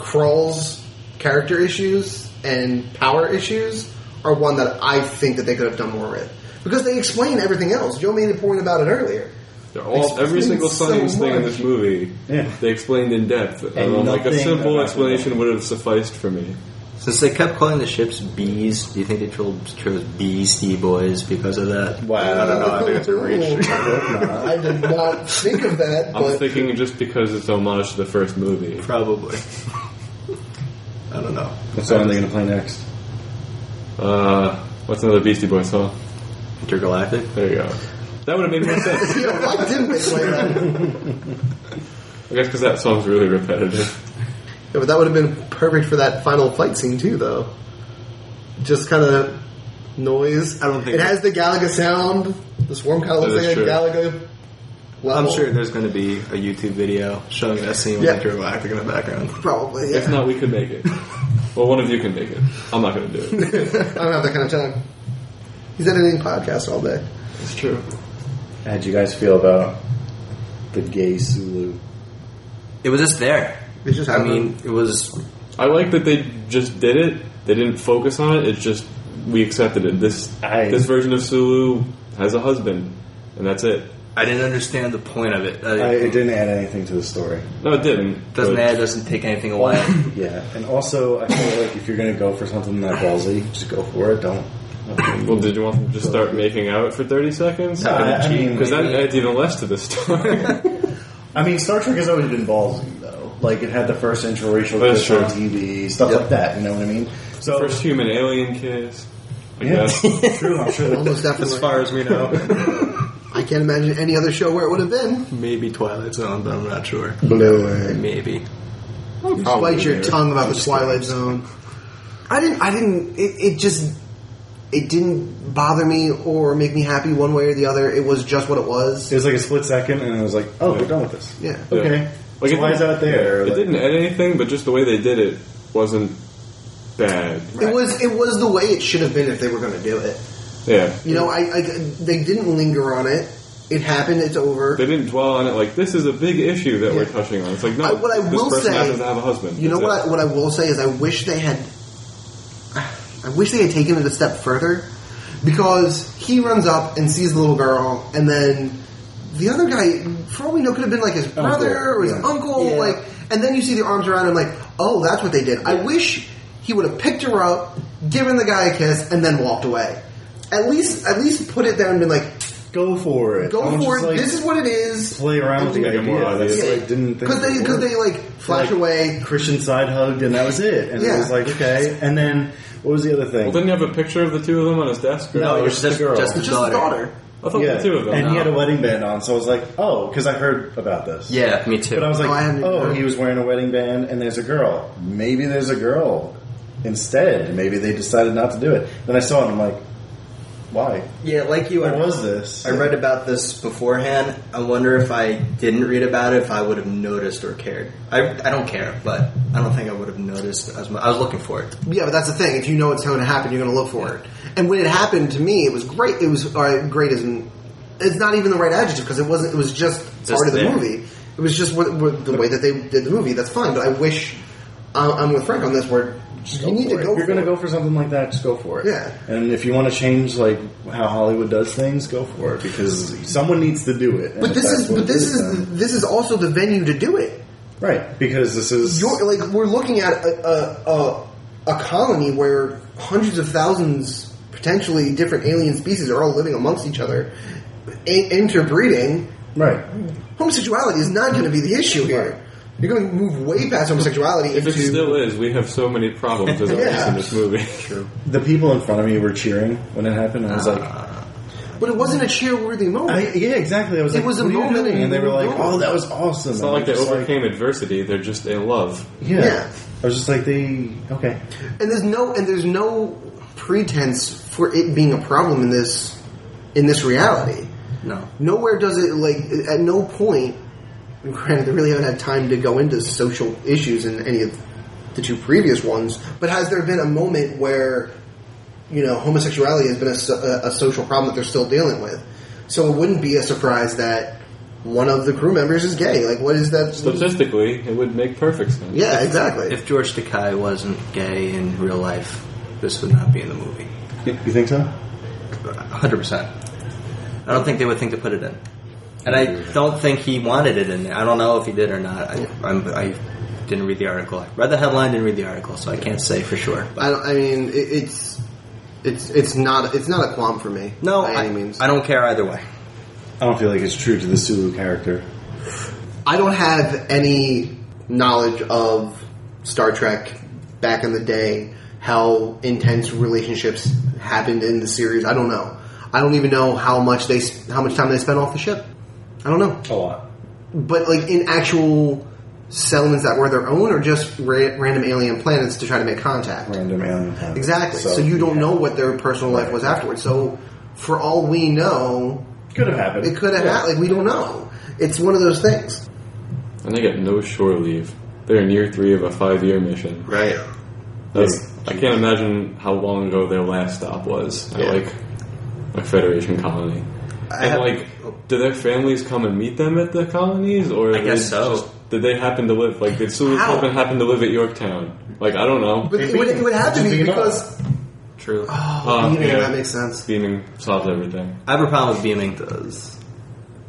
Speaker 3: Krull's character issues and power issues are one that I think that they could have done more with because they explain everything else. Joe made a point about it earlier.
Speaker 1: They're all every single
Speaker 3: so
Speaker 1: science thing in
Speaker 3: much.
Speaker 1: this movie.
Speaker 4: Yeah.
Speaker 1: They explained in depth, and,
Speaker 4: And
Speaker 1: I'm like a
Speaker 4: nothing
Speaker 1: simple
Speaker 4: about
Speaker 1: explanation would have sufficed for me.
Speaker 5: Since they kept calling the ships bees, do you think they chose, chose beastie boys because of that?
Speaker 4: <laughs> Wow.
Speaker 5: I don't know. I think it's a reach.
Speaker 3: <laughs> I did not think of that,
Speaker 1: I'm
Speaker 3: but
Speaker 1: thinking just because it's homage to the first movie.
Speaker 5: Probably. I don't know.
Speaker 4: What song are they gonna play next?
Speaker 1: Uh, what's another Beastie Boys song?
Speaker 5: Intergalactic.
Speaker 1: There you go. That would have made more sense.
Speaker 3: Yeah, why didn't we play that? Yeah,
Speaker 1: I guess because that song's really repetitive.
Speaker 3: but that would have been perfect for that final fight scene too, though. Just kind of noise.
Speaker 6: I don't think-
Speaker 3: it has the Galaga sound. The swarm kind of
Speaker 1: That
Speaker 3: looks
Speaker 1: is
Speaker 3: like a
Speaker 1: true.
Speaker 3: Galaga.
Speaker 5: I'm
Speaker 3: level.
Speaker 5: sure there's going to be a YouTube video showing that scene with
Speaker 3: Yeah.
Speaker 5: Andrew Galactic in the background.
Speaker 3: probably.
Speaker 1: If <laughs>
Speaker 3: Yeah.
Speaker 1: not, we could make it. Well, one of you can make it. I'm not going to do it.
Speaker 3: I don't have that kind of time. He's editing podcasts all day.
Speaker 5: It's true.
Speaker 4: How'd you guys feel about the gay Sulu?
Speaker 5: It was just there.
Speaker 3: It's just
Speaker 5: I
Speaker 3: happening.
Speaker 5: mean, it was
Speaker 1: I like that they just did it. They didn't focus on it. It's just we accepted it. This
Speaker 4: I-
Speaker 1: this version of Sulu has a husband, and that's it.
Speaker 5: I didn't understand the point of it.
Speaker 4: I,
Speaker 5: I,
Speaker 4: it didn't add anything to the story.
Speaker 1: No, it didn't.
Speaker 5: doesn't
Speaker 1: but
Speaker 5: add, doesn't take anything away. <laughs>
Speaker 4: Yeah, and also I feel like if you're gonna go for something that ballsy, just go for it. Don't.
Speaker 1: Well, did you want them to just start making out for 30 seconds?
Speaker 4: No, I- I mean-
Speaker 1: because that adds even less to the
Speaker 4: <laughs>
Speaker 1: story. <laughs>
Speaker 4: I mean, Star Trek has always been ballsy though. Like it had the first interracial
Speaker 1: That's
Speaker 4: kiss on
Speaker 1: true.
Speaker 4: TV, stuff
Speaker 3: Yep.
Speaker 4: like that. You know what I mean? So
Speaker 1: First human alien kiss. I
Speaker 4: yeah, <laughs>
Speaker 1: guess.
Speaker 4: true. I'm sure.
Speaker 3: Almost definitely.
Speaker 5: as far as we
Speaker 4: <laughs>
Speaker 5: know,
Speaker 3: I can't imagine any other show where it would have been.
Speaker 5: maybe Twilight Zone, but I'm not sure.
Speaker 3: Blowing.
Speaker 5: Maybe.
Speaker 3: Bite your tongue about the Twilight Zone. I didn't. I didn't. It, it just. It didn't bother me or make me happy one way or the other. It was just what it was.
Speaker 4: It was like a split second, and it was like, oh, we're done with this.
Speaker 3: Yeah.
Speaker 4: Okay.
Speaker 1: Like,
Speaker 4: Like,
Speaker 1: it
Speaker 4: so why is
Speaker 1: didn't-
Speaker 4: that there?
Speaker 1: It
Speaker 4: Like,
Speaker 1: didn't add anything, but just the way they did it wasn't bad.
Speaker 3: It was. It was the way it should have been if they were going to do it.
Speaker 1: Yeah.
Speaker 3: You know, I, I. They didn't linger on it. It happened. It's over.
Speaker 1: They didn't dwell on it like this is a big issue that we're
Speaker 3: Yeah.
Speaker 1: touching on. It's like no,
Speaker 3: I- what I
Speaker 1: this
Speaker 3: will
Speaker 1: person
Speaker 3: say-
Speaker 1: happens to have a husband.
Speaker 3: You know what? I, what I will say is, I wish they had. I wish they had taken it a step further, because he runs up and sees the little girl, and then the other guy, for all we know, could have been like his brother or his
Speaker 4: yeah.
Speaker 3: uncle.
Speaker 5: Yeah.
Speaker 3: Like, and then you see the arms around him, like, oh, that's what they did. I wish he would have picked her up, given the guy a kiss, and then walked away. At least, at least put it there and been like,
Speaker 4: go for it.
Speaker 3: go
Speaker 4: Don't
Speaker 3: for it.
Speaker 4: just, like,
Speaker 3: this is what it is.
Speaker 4: play around with the
Speaker 1: Like a
Speaker 4: idea.
Speaker 1: moron,
Speaker 4: That's,
Speaker 1: yeah.
Speaker 4: like, didn't think
Speaker 3: Because they,
Speaker 4: it
Speaker 3: because
Speaker 4: worked.
Speaker 3: they like flash
Speaker 4: Like-
Speaker 3: away.
Speaker 4: Christian side hugged, and that was it. And
Speaker 3: Yeah.
Speaker 4: it was like, okay. And then what was the other thing?
Speaker 1: Well, didn't you have a picture of the two of them on his desk? or-
Speaker 4: no, it was
Speaker 5: It's
Speaker 4: just a girl.
Speaker 5: Oh, just
Speaker 3: It's just his daughter.
Speaker 1: I thought
Speaker 4: yeah,
Speaker 1: the two of them.
Speaker 4: and he
Speaker 1: No.
Speaker 4: had a wedding band on, so I was like, oh, because I heard about this.
Speaker 5: Yeah, me too.
Speaker 4: But I was like,
Speaker 3: Oh, I hadn't
Speaker 4: oh,
Speaker 3: heard.
Speaker 4: he was wearing a wedding band, and there's a girl. Maybe there's a girl instead. Maybe they decided not to do it. Then I saw it, and I'm like, why?
Speaker 5: yeah, like you, I,
Speaker 4: What was this?
Speaker 5: I read about this beforehand. I wonder if I didn't read about it, if I would have noticed or cared. I, I don't care, but I don't think I would have noticed as much. I was looking for it.
Speaker 3: Yeah, but that's the thing. If you know it's going to happen, you're going to look for it. And when it happened to me, it was great. It was uh, great isn't. It's not even the right adjective because it wasn't. It was just, part of the
Speaker 5: there.
Speaker 3: movie. It was just what, what, the way that they did the movie. That's fine. But I wish I'm, I'm with Frank on this. Where you need to
Speaker 4: for it.
Speaker 3: go.
Speaker 4: If
Speaker 3: for
Speaker 4: you're gonna
Speaker 3: it.
Speaker 4: go for something like that, just go for it.
Speaker 3: Yeah.
Speaker 4: And if you want to change like how Hollywood does things, go for it because someone needs to do it. And
Speaker 3: But
Speaker 4: if
Speaker 3: this
Speaker 4: that's
Speaker 3: is.
Speaker 4: what
Speaker 3: But
Speaker 4: it
Speaker 3: this is.
Speaker 4: then-
Speaker 3: This is also the venue to do it.
Speaker 4: right because this is
Speaker 3: You're like we're looking at a a, a a colony where hundreds of thousands, potentially different alien species, are all living amongst each other, in- interbreeding.
Speaker 4: right.
Speaker 3: homosexuality is not going to be the issue here. You're going to move way past homosexuality
Speaker 1: If it
Speaker 3: into
Speaker 1: still is, we have so many problems
Speaker 3: <laughs>
Speaker 1: as artists in this movie.
Speaker 4: The people in front of me were cheering when it happened. I was like,
Speaker 3: Ah. but it wasn't a cheerworthy moment.
Speaker 4: I, yeah, exactly. I was
Speaker 3: It
Speaker 4: like,
Speaker 3: was a
Speaker 4: what are you
Speaker 3: moment
Speaker 4: doing? and they were like,
Speaker 3: in the
Speaker 4: oh,
Speaker 3: moment.
Speaker 4: that was awesome.
Speaker 1: It's not like they overcame adversity; they're just in love.
Speaker 4: Yeah.
Speaker 3: Yeah.
Speaker 4: I was just like, they okay.
Speaker 3: and there's no and there's no pretense for it being a problem in this in this reality.
Speaker 5: No.
Speaker 3: Nowhere does it like at no point. Granted, they really haven't had time to go into social issues in any of the two previous ones. But has there been a moment where you know homosexuality has been a, so- a, a social problem that they're still dealing with? So it wouldn't be a surprise that one of the crew members is gay. Like, what is that?
Speaker 1: Statistically, it would make perfect sense.
Speaker 3: yeah, exactly.
Speaker 5: If George Takei wasn't gay in real life, this would not be in the movie.
Speaker 4: You think so?
Speaker 5: 100%. I don't think they would think to put it in. And I don't think he wanted it in there. I don't know if he did or not. I, I'm, I didn't read the article. I read the headline, didn't read the article, so I can't say for sure.
Speaker 3: I, don't- I mean, it, it's it's it's not it's not a qualm for me.
Speaker 5: No,
Speaker 3: by
Speaker 5: I,
Speaker 3: any means.
Speaker 5: I don't care either way.
Speaker 4: I don't feel like it's true to the Sulu character.
Speaker 3: I don't have any knowledge of Star Trek back in the day, how intense relationships happened in the series. I don't know. I don't even know how much they s- how much time they spent off the ship. I don't know,
Speaker 4: A lot.
Speaker 3: but like in actual settlements that were their own or just ra- random alien planets to try to make contact.
Speaker 4: Random alien planet.
Speaker 3: Exactly. So, you don't
Speaker 4: yeah.
Speaker 3: know what their personal life was afterwards. So for all we know,
Speaker 4: Could have happened.
Speaker 3: it could have
Speaker 4: Yeah.
Speaker 3: happened. Like we don't know. It's one of those things.
Speaker 1: And they got no shore leave. They're in year three of a five year mission.
Speaker 2: Right.
Speaker 1: That's, I can't imagine how long ago their last stop was. at
Speaker 2: Yeah.
Speaker 1: like a Federation colony.
Speaker 3: I
Speaker 1: And
Speaker 3: have-
Speaker 1: like, do their families come and meet them at the colonies, or
Speaker 5: I guess
Speaker 1: they
Speaker 5: so.
Speaker 1: just- did they happen to live? Like, did Sulu
Speaker 3: How?
Speaker 1: Poppin happen to live at Yorktown? Like, I don't know.
Speaker 3: But it would, it would have to
Speaker 4: Just
Speaker 3: be
Speaker 4: being
Speaker 3: because
Speaker 5: True.
Speaker 3: oh,
Speaker 1: Uh,
Speaker 3: you know,
Speaker 1: yeah.
Speaker 3: that makes sense.
Speaker 1: Beaming solves everything.
Speaker 5: I have a problem with beaming those.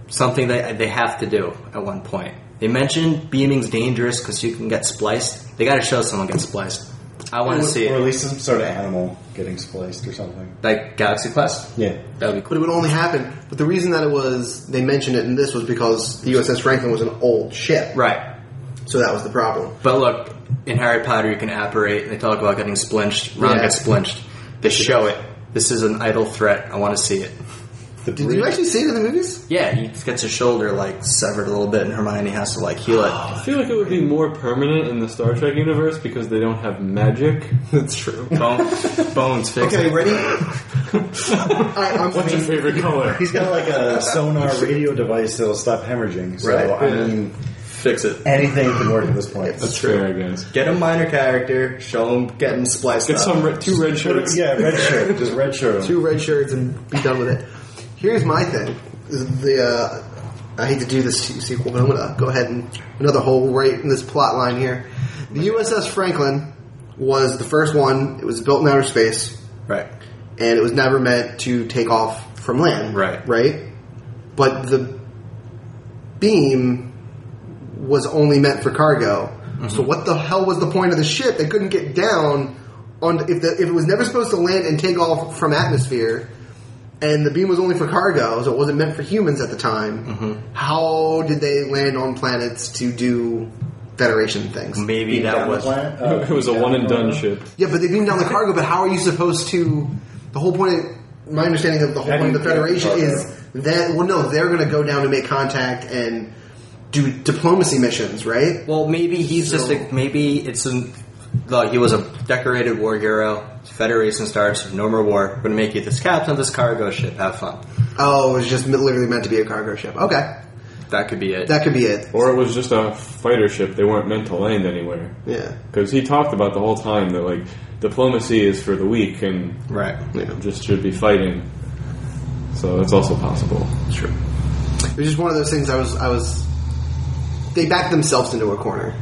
Speaker 5: Something they they have to do at one point. They mentioned beaming's dangerous because you can get spliced. They got to show someone gets spliced. I want to see
Speaker 4: Or at
Speaker 5: it.
Speaker 4: least some sort of animal getting spliced or something.
Speaker 5: like Galaxy Quest.
Speaker 4: Yeah.
Speaker 5: That would be
Speaker 3: But it
Speaker 5: cool.
Speaker 3: would only happen. But the reason that it was they mentioned it in this was because the USS Franklin was an old ship,
Speaker 5: Right.
Speaker 3: so that was the problem.
Speaker 5: But look, in Harry Potter, you can apparate. They talk about getting splinched. Ron
Speaker 3: Yeah.
Speaker 5: gets splinched. They show it. This is an idle threat. I want to see it.
Speaker 4: The
Speaker 3: Did you actually see it in the movies?
Speaker 5: Yeah, he gets his shoulder like severed a little bit, and Hermione has to like heal it.
Speaker 1: I feel like it would be more permanent in the Star Trek universe because they don't have magic.
Speaker 5: That's true. Bone, bones fix
Speaker 3: Okay,
Speaker 5: it.
Speaker 3: <laughs> ready? I, I'm
Speaker 1: What's your favorite color?
Speaker 4: He's got
Speaker 3: <laughs>
Speaker 4: like a sonar radio device that'll stop hemorrhaging. So
Speaker 5: Right.
Speaker 4: I mean,
Speaker 5: Fix it.
Speaker 4: anything can work at this point.
Speaker 1: That's fair, I guess.
Speaker 5: Get a minor character. Show him getting spliced.
Speaker 1: Get
Speaker 5: up.
Speaker 1: some re- two red shirts.
Speaker 4: Yeah, red shirt, just red shirt.
Speaker 3: two red shirts and be done with it. Here's my thing: the uh, I hate to do this se- sequel, but I'm gonna go ahead and another hole right in this plot line here. The USS Franklin was the first one. It was built in outer space,
Speaker 5: Right.
Speaker 3: and it was never meant to take off from land.
Speaker 5: Right.
Speaker 3: Right. But the beam was only meant for cargo. So what the hell was the point of the ship? They couldn't get down on if the, if it was never supposed to land and take off from atmosphere, and the beam was only for cargo, so it wasn't meant for humans at the time. How did they land on planets to do Federation things?
Speaker 5: Maybe that was.
Speaker 4: Planet, uh,
Speaker 1: <laughs> <laughs> It was a
Speaker 4: down
Speaker 1: one and
Speaker 4: the
Speaker 1: done
Speaker 4: planet.
Speaker 1: ship.
Speaker 3: Yeah, but they beam down the cargo. But how are you supposed to? The whole point, of, my understanding of the whole
Speaker 4: How do
Speaker 3: point of the
Speaker 4: you get
Speaker 3: Federation
Speaker 4: cargo?
Speaker 3: is that well, no, they're going to go down to make contact and do diplomacy missions, right?
Speaker 5: Well, maybe he's just a, maybe it's an like he was a decorated war hero. Federation starts, no more war. We're gonna make you this captain of this cargo ship. Have fun.
Speaker 3: Oh, it was just literally meant to be a cargo ship. Okay,
Speaker 5: That could be it.
Speaker 3: that could be it.
Speaker 1: Or it was just a fighter ship. They weren't meant to land anywhere.
Speaker 3: Yeah,
Speaker 1: Because he talked about the whole time that, like, diplomacy is for the weak and
Speaker 5: right.
Speaker 3: yeah,
Speaker 1: just should be fighting. So that's also possible.
Speaker 3: it's true. It was just one of those things. I was, I was. They backed themselves into a corner.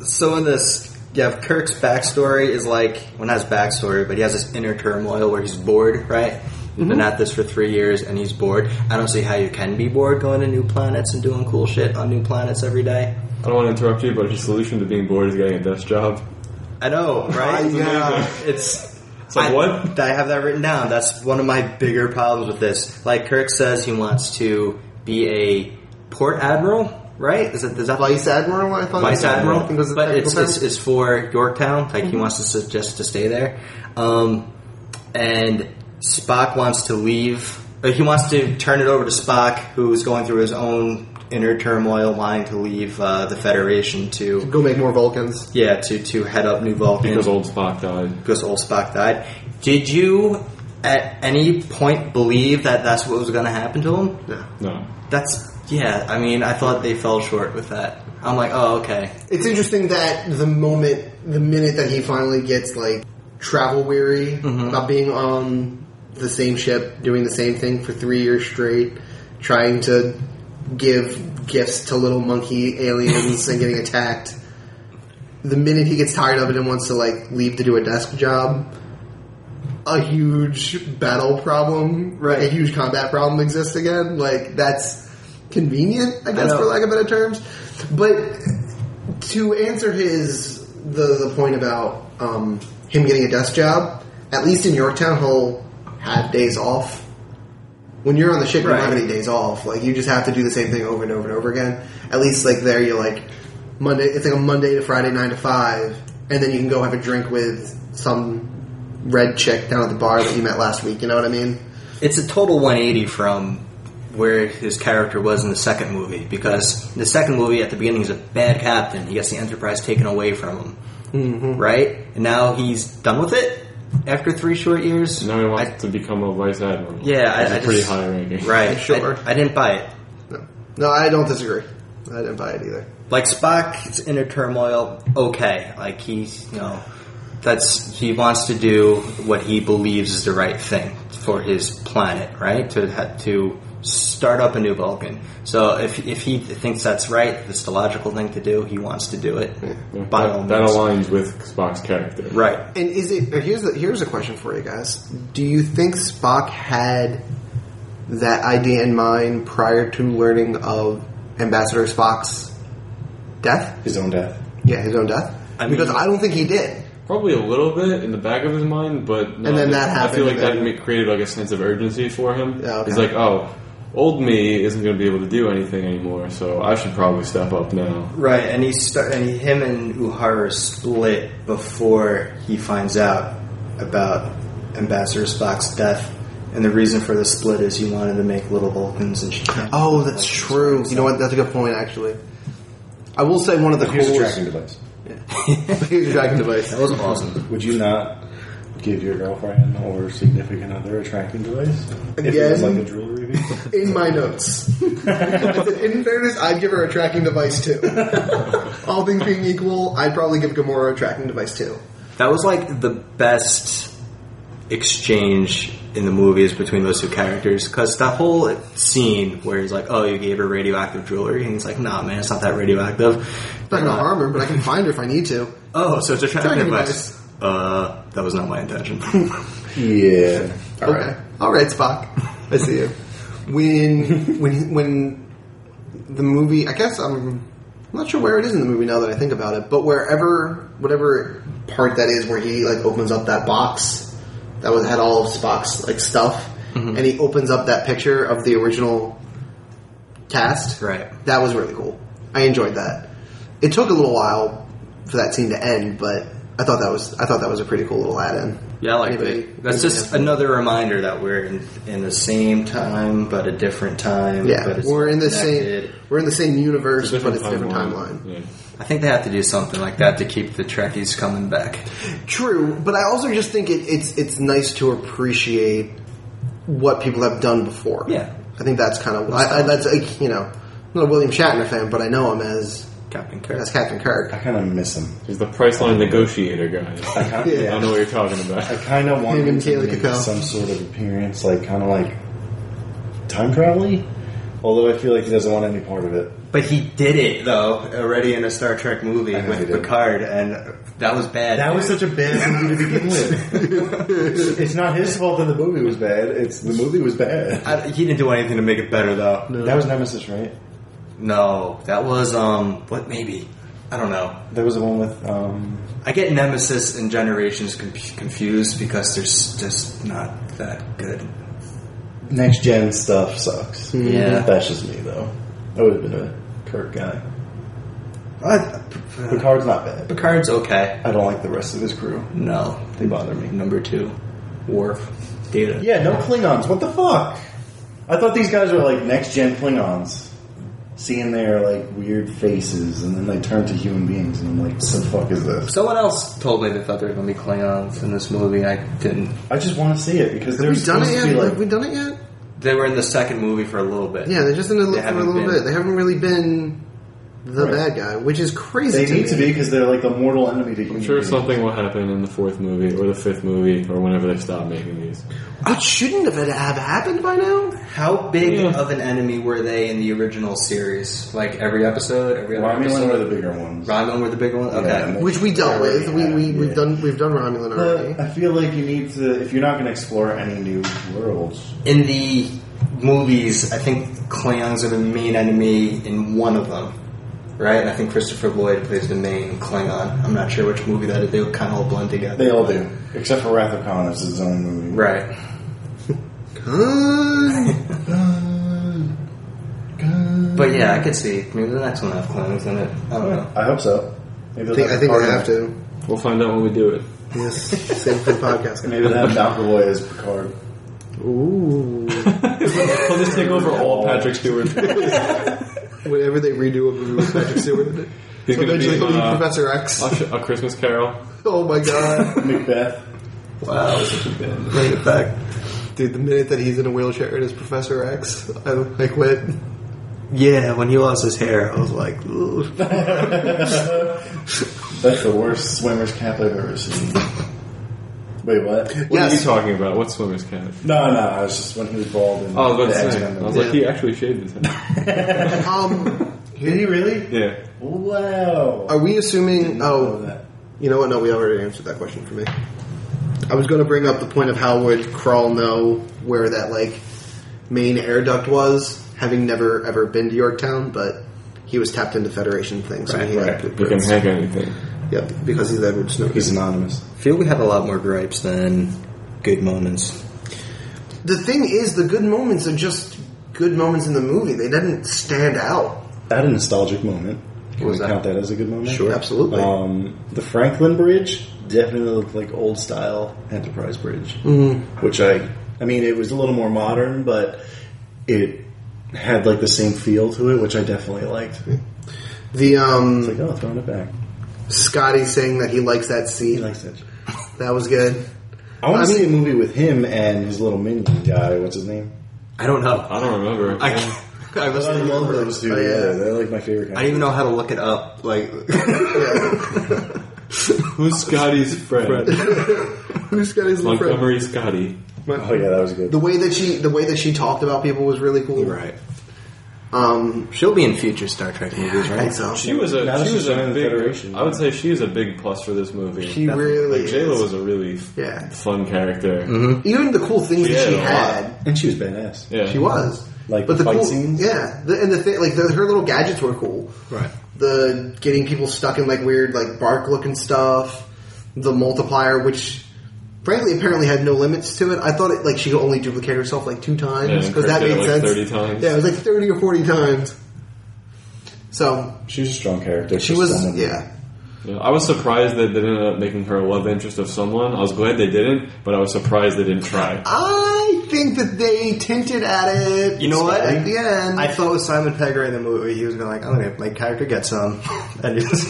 Speaker 5: So in this, you have Kirk's backstory is like well not his backstory, but he has this inner turmoil where he's bored. Right. He's
Speaker 1: Mm-hmm.
Speaker 5: Been at this for three years and he's bored. I don't see how you can be bored going to new planets and doing cool shit on new planets every day.
Speaker 1: I don't want to interrupt you, but his solution to being bored is getting a desk job. <laughs>
Speaker 5: I know, right?
Speaker 3: yeah.
Speaker 5: It's
Speaker 1: It's like,
Speaker 5: I,
Speaker 1: what?
Speaker 5: I have that written down. That's one of my bigger problems with this. Like Kirk says, he wants to be a port admiral, right? Is it is that
Speaker 3: Vice Admiral, I thought.
Speaker 5: vice admiral?
Speaker 3: I think was the
Speaker 5: but it's,
Speaker 3: technical Mm-hmm.
Speaker 5: it's
Speaker 3: term.
Speaker 5: it's for Yorktown. Like he wants to suggest to stay there, um, and Spock wants to leave. uh, He wants to turn it over to Spock, who's going through his own inner turmoil, wanting to leave uh, the Federation to
Speaker 3: go make more Vulcans.
Speaker 5: yeah to to head up New Vulcan
Speaker 1: Because old Spock died.
Speaker 5: because old Spock died. Did you at any point believe that that's what was going to happen to him?
Speaker 3: No.
Speaker 1: No.
Speaker 5: That's yeah. I mean, I thought they fell short with that. I'm like, oh okay,
Speaker 3: It's interesting that the moment, the minute that he finally gets like travel weary about being on the same ship, doing the same thing for three years straight, trying to give gifts to little monkey aliens and getting attacked. The minute he gets tired of it and wants to like leave to do a desk job, a huge battle problem, right? A huge combat problem exists again. Like that's convenient, I guess,
Speaker 5: know.
Speaker 3: for lack of better terms. But to answer his the the point about um, him getting a desk job, at least in Yorktown, he'll have days off. When you're on the ship, you don't have
Speaker 5: Right.
Speaker 3: any days off. Like you just have to do the same thing over and over and over again. At least like there, you're like Monday. It's like a Monday to Friday, nine to five, and then you can go have a drink with some red chick down at the bar that you met last week. You know what I mean?
Speaker 5: it's a total 180 from where his character was in the second movie because the second movie at the beginning he's a bad captain he gets the enterprise taken away from him
Speaker 1: Mm-hmm.
Speaker 5: right and now he's done with it after three short years
Speaker 1: Now he wants
Speaker 5: I-
Speaker 1: to become a vice admiral.
Speaker 5: Yeah, I-
Speaker 1: He's a
Speaker 5: I
Speaker 1: pretty
Speaker 5: just-
Speaker 1: high ranking. <laughs>
Speaker 5: right
Speaker 3: Sure.
Speaker 5: I, I didn't buy it
Speaker 3: No, no, I don't disagree. I didn't buy it either.
Speaker 5: like Spock's inner turmoil, okay. Like he's, you know, that's he wants to do what he believes is the right thing for his planet, right? To ha- to start up a new Vulcan. So if if he thinks that's right, it's the logical thing to do. He wants to do it.
Speaker 1: Yeah,
Speaker 5: By all
Speaker 1: that, that
Speaker 5: means.
Speaker 1: aligns with Spock's character.
Speaker 5: right?
Speaker 3: And is it? Here's the, here's a question for you guys. Do you think Spock had that idea in mind prior to learning of Ambassador Spock's death?
Speaker 4: His own death.
Speaker 3: Yeah, his own death.
Speaker 5: I mean-
Speaker 3: because I don't think he did.
Speaker 1: Probably a little bit in the back of his mind, but no,
Speaker 3: And then that
Speaker 1: I feel
Speaker 3: happened,
Speaker 1: like that
Speaker 3: and-
Speaker 1: ma- created like a sense of urgency for him.
Speaker 3: Yeah, okay.
Speaker 1: He's like, oh, old me isn't going to be able to do anything anymore, so I should probably step up now.
Speaker 5: Right, and he start and him and Uhura split before he finds out about Ambassador Spock's death. And the reason for the split is he wanted to make little Vulcans, and she can't.
Speaker 3: Oh, that's true. You know what? That's a good point, actually. I will say one of the
Speaker 4: Here's a
Speaker 3: coolest. <laughs>
Speaker 4: tracking device.
Speaker 3: here's a tracking device.
Speaker 5: That was awesome.
Speaker 4: Would you not give your girlfriend or significant other a tracking device? If it was
Speaker 3: Again?
Speaker 4: like a jewelry piece?
Speaker 3: in my <laughs> notes. in fairness, I'd give her a tracking device <laughs> too. All things being equal, I'd probably give Gamora a tracking device too.
Speaker 5: That was like the best exchange in the movies between those two characters because that whole scene where he's like, "Oh, you gave her radioactive jewelry," and he's like, "Nah, man, it's not that radioactive."
Speaker 3: Not gonna harm her, but I can find her if I need to.
Speaker 5: Oh, so it's a tracking
Speaker 3: Tracking
Speaker 5: device. Uh, that was not my intention.
Speaker 4: <laughs>
Speaker 5: <laughs>
Speaker 4: yeah.
Speaker 3: okay, all right, Spock, I see you. When when when the movie, I guess I'm not sure where it is in the movie now that I think about it, but wherever whatever part that is where he like opens up that box that was had all of Spock's like stuff, and he opens up that picture of the original cast,
Speaker 5: right.
Speaker 3: That was really cool. I enjoyed that. It took a little while for that scene to end, but I thought that was I thought that was a pretty cool little add-in.
Speaker 5: Yeah, I like
Speaker 3: Anybody-
Speaker 5: that. That's
Speaker 3: anybody
Speaker 5: just
Speaker 3: have-
Speaker 5: another reminder that we're in, in the same time, but a different time. but
Speaker 3: yeah.
Speaker 5: it's
Speaker 3: We're in the
Speaker 5: connected.
Speaker 3: same we're in the same universe, but
Speaker 1: Different
Speaker 3: it's a different timeline.
Speaker 1: Yeah.
Speaker 5: I think they have to do something like that to keep the Trekkies coming back. <laughs>
Speaker 3: True, but I also just think it, it's it's nice to appreciate what people have done before.
Speaker 5: Yeah.
Speaker 3: I think that's kind of I, I, that's like, you know I'm not a William Shatner fan, but I know him as
Speaker 5: Captain Kirk.
Speaker 3: as Captain Kirk.
Speaker 4: I kind of miss him.
Speaker 1: He's the Priceline negotiator
Speaker 3: <laughs>
Speaker 1: guy.
Speaker 4: I kind of,
Speaker 1: I
Speaker 3: Yeah.
Speaker 1: don't know what you're talking
Speaker 4: I
Speaker 3: <laughs>
Speaker 1: about.
Speaker 4: kind of want
Speaker 3: Him
Speaker 4: him
Speaker 3: and
Speaker 4: to
Speaker 3: Kaylee
Speaker 4: make
Speaker 3: Cuoco.
Speaker 4: some sort of appearance, like kind of like time traveling. Although I feel like he doesn't want any part of it.
Speaker 5: But he did it though already in a Star Trek movie
Speaker 4: I know he
Speaker 5: with
Speaker 4: did.
Speaker 5: Picard, and that was bad.
Speaker 4: That was such a bad movie to begin with. <laughs> it's not his fault that the movie was bad. It's the movie was bad.
Speaker 5: I, he didn't do anything to make it better though.
Speaker 4: That was Nemesis, right?
Speaker 5: No, that was um what maybe I don't know.
Speaker 4: That was the one with um,
Speaker 5: I get Nemesis and Generations com- confused because they're s- just not that good.
Speaker 4: next gen stuff. Sucks.
Speaker 5: Yeah.
Speaker 4: that's just me though. I would have been a Kirk guy.
Speaker 5: What?
Speaker 4: Picard's not bad.
Speaker 5: Picard's okay.
Speaker 4: I don't like the rest of his crew.
Speaker 5: No,
Speaker 4: They bother me.
Speaker 5: number two, Worf, Data.
Speaker 4: Yeah, no Klingons. What the fuck? I thought these guys were like next gen Klingons, seeing their like weird faces, and then they turn to human beings, and I'm like, what the fuck is this?
Speaker 5: Someone else told me they thought there were going to be Klingons in this movie. I didn't.
Speaker 4: I just want to see it because
Speaker 3: Have
Speaker 4: they're
Speaker 3: we done
Speaker 4: supposed
Speaker 3: it
Speaker 4: to be
Speaker 3: yet?
Speaker 4: like
Speaker 3: have we done it yet?
Speaker 5: They were in the second movie for a little bit.
Speaker 3: Yeah, they're just in a
Speaker 5: They
Speaker 3: little, for a
Speaker 5: haven't
Speaker 3: little
Speaker 5: been.
Speaker 3: bit. They haven't really been the
Speaker 4: Right.
Speaker 3: bad guy, which is crazy.
Speaker 4: They need to be because they're like the mortal enemy to human
Speaker 1: I'm sure
Speaker 4: beings.
Speaker 1: something will happen in the fourth movie or the fifth movie or whenever they stop making these.
Speaker 3: What shouldn't have, have happened by now?
Speaker 5: How big
Speaker 1: Yeah.
Speaker 5: of an enemy were they in the original series? Like every episode, every other
Speaker 4: Romulan were
Speaker 5: episode.
Speaker 4: the bigger ones.
Speaker 5: Romulan were the big one. Okay,
Speaker 4: Yeah.
Speaker 3: Which we dealt with. We, we
Speaker 4: Yeah.
Speaker 3: we've done we've done Romulan already.
Speaker 4: But I feel like you need to if you're not going to explore any new worlds.
Speaker 5: in the movies, I think Klingons are the main enemy in one of them, right? And I think Christopher Lloyd plays the main Klingon. I'm not sure which movie that is. They kind of all blend together.
Speaker 4: They all do, except for Wrath of Khan. It's his own movie.
Speaker 5: right?
Speaker 3: Huh?
Speaker 5: But yeah, I could see maybe the next one will have Klingons in it. I don't know.
Speaker 4: I hope so. Maybe
Speaker 3: I think I think I have to.
Speaker 1: We'll find out when we do it.
Speaker 3: Yes, save it for the podcast.
Speaker 4: Maybe that <laughs> McAvoy is Picard.
Speaker 3: Ooh.
Speaker 1: He'll just take over all Patrick Stewart.
Speaker 3: Whenever they redo a movie with Patrick Stewart,
Speaker 1: He's gonna
Speaker 3: eventually
Speaker 1: be,
Speaker 3: he'll be
Speaker 1: uh,
Speaker 3: Professor X.
Speaker 1: A, a Christmas Carol.
Speaker 3: <laughs> Oh my god.
Speaker 4: Macbeth.
Speaker 5: Wow, this is been bring it back.
Speaker 3: Dude, the minute that he's in a wheelchair and is Professor X, I like went.
Speaker 5: Yeah, when he lost his hair, I was like, Ooh.
Speaker 4: That's the worst swimmer's cap I've ever seen. Wait, what?
Speaker 1: What
Speaker 3: Yes.
Speaker 1: are you talking about? What swimmer's cat?
Speaker 4: No, no, I was just when he was bald. And
Speaker 1: Oh, I was about to say. I was like,
Speaker 3: Yeah.
Speaker 1: he actually shaved his head.
Speaker 3: Um,
Speaker 4: Did he really?
Speaker 1: Yeah.
Speaker 4: Wow.
Speaker 3: are we assuming?
Speaker 4: Oh,
Speaker 3: Oh,
Speaker 4: that.
Speaker 3: you know what? No, we already answered that question for me. I was going to bring up the point of how would Crawl know where that like main air duct was, having never ever been to Yorktown, but he was tapped into Federation things, so he
Speaker 4: right.
Speaker 3: had
Speaker 4: He
Speaker 1: He can
Speaker 3: blueprints.
Speaker 1: hack anything.
Speaker 3: Yep, because he's Edward Snowden.
Speaker 4: He's anonymous.
Speaker 5: I feel we had a lot more gripes than good moments.
Speaker 3: The thing is, the good moments are just good moments in the movie. They didn't stand out.
Speaker 4: That a nostalgic moment. Can
Speaker 3: What was
Speaker 4: we
Speaker 3: that?
Speaker 4: count that as a good moment?
Speaker 3: Sure. Absolutely.
Speaker 4: Um, the Franklin Bridge definitely looked like old style Enterprise Bridge,
Speaker 3: Mm-hmm.
Speaker 4: which I, I mean, it was a little more modern, but it had like the same feel to it, which I definitely liked.
Speaker 3: The
Speaker 4: Like,
Speaker 3: um,
Speaker 4: oh, throwing it back.
Speaker 3: Scotty saying that he likes that
Speaker 4: He
Speaker 3: seat.
Speaker 4: likes that.
Speaker 3: that was good.
Speaker 4: I want
Speaker 3: I
Speaker 4: to see a movie with him and his little minion guy. What's his name?
Speaker 5: I don't know.
Speaker 1: I don't remember.
Speaker 5: I, I was.
Speaker 4: I
Speaker 5: I
Speaker 4: love those two.
Speaker 3: Oh, yeah.
Speaker 4: yeah. they're like my favorite. Kind
Speaker 5: didn't even know how to look it up. Like,
Speaker 3: Oh, Yeah. <laughs>
Speaker 1: Who's Scotty's friend?
Speaker 3: Who's Scotty's little friend?
Speaker 1: Montgomery Scotty.
Speaker 4: Oh yeah, that was good.
Speaker 3: The way that she, the way that she talked about people was really cool.
Speaker 5: right?
Speaker 3: Um,
Speaker 5: <laughs> She'll be in future Star Trek movies,
Speaker 3: I
Speaker 5: right?
Speaker 3: think so.
Speaker 1: She was a
Speaker 4: Now
Speaker 1: she
Speaker 4: that she's
Speaker 1: was
Speaker 4: joining
Speaker 1: a
Speaker 4: the
Speaker 1: big.
Speaker 4: Federation.
Speaker 1: I would say she is a big plus for this movie.
Speaker 3: She really
Speaker 1: like
Speaker 3: is.
Speaker 1: Jayla was a really
Speaker 3: Yeah.
Speaker 1: fun character.
Speaker 3: Even the cool things
Speaker 1: She
Speaker 3: that she
Speaker 1: had
Speaker 3: had,
Speaker 4: and she was badass.
Speaker 1: Yeah,
Speaker 3: she was.
Speaker 4: Like
Speaker 3: but the
Speaker 4: the fight
Speaker 3: cool,
Speaker 4: scenes?
Speaker 3: yeah, the, and the thing, like the, her little gadgets were cool.
Speaker 5: Right.
Speaker 3: the getting people stuck in like weird like bark looking stuff, the multiplier, which frankly apparently had no limits to it. I thought it like she could only duplicate herself like two times
Speaker 1: Yeah,
Speaker 3: because that
Speaker 1: correct it,
Speaker 3: made
Speaker 1: like,
Speaker 3: sense.
Speaker 1: 30 times.
Speaker 3: Yeah, it was like thirty or forty times. So
Speaker 4: She was a strong character.
Speaker 3: she
Speaker 4: for
Speaker 3: was
Speaker 4: someone.
Speaker 3: yeah.
Speaker 1: Yeah, I was surprised that they ended up making her a love interest of someone. I was glad they didn't, but I was surprised they didn't
Speaker 3: <laughs>
Speaker 1: try.
Speaker 3: I think that they tinted at it.
Speaker 5: You know what?
Speaker 3: At the end,
Speaker 5: I thought with Simon Pegg in the movie, he was going like, "I'm going to my character get some," <laughs> and he was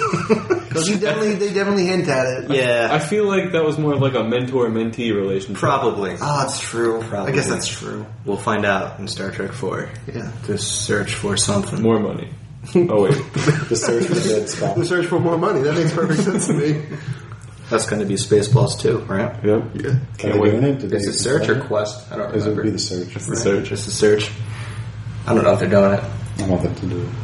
Speaker 3: 'Cause you definitely they definitely hint at it.
Speaker 1: I
Speaker 5: yeah,
Speaker 1: feel like that was more of like a mentor-mentee relationship.
Speaker 5: probably.
Speaker 3: Ah, it's true.
Speaker 5: Probably.
Speaker 3: I guess that's true.
Speaker 5: We'll find out in Star Trek Four.
Speaker 3: Yeah.
Speaker 5: to search for something.
Speaker 1: More money. Oh wait,
Speaker 4: The search for
Speaker 3: <laughs>
Speaker 4: the dead spot.
Speaker 3: The search for more money. That makes perfect sense to me.
Speaker 5: That's going to be Spaceballs too, right?
Speaker 1: yep.
Speaker 3: Yeah.
Speaker 4: Are they
Speaker 1: wait.
Speaker 4: doing it? Did
Speaker 5: Is
Speaker 4: they
Speaker 5: it search or
Speaker 4: decide?
Speaker 5: quest? I don't
Speaker 4: Is
Speaker 5: remember.
Speaker 4: it would be the search?
Speaker 1: It's the search.
Speaker 5: Just the search. I don't know if they're doing it.
Speaker 4: I want them to do it.
Speaker 3: <laughs>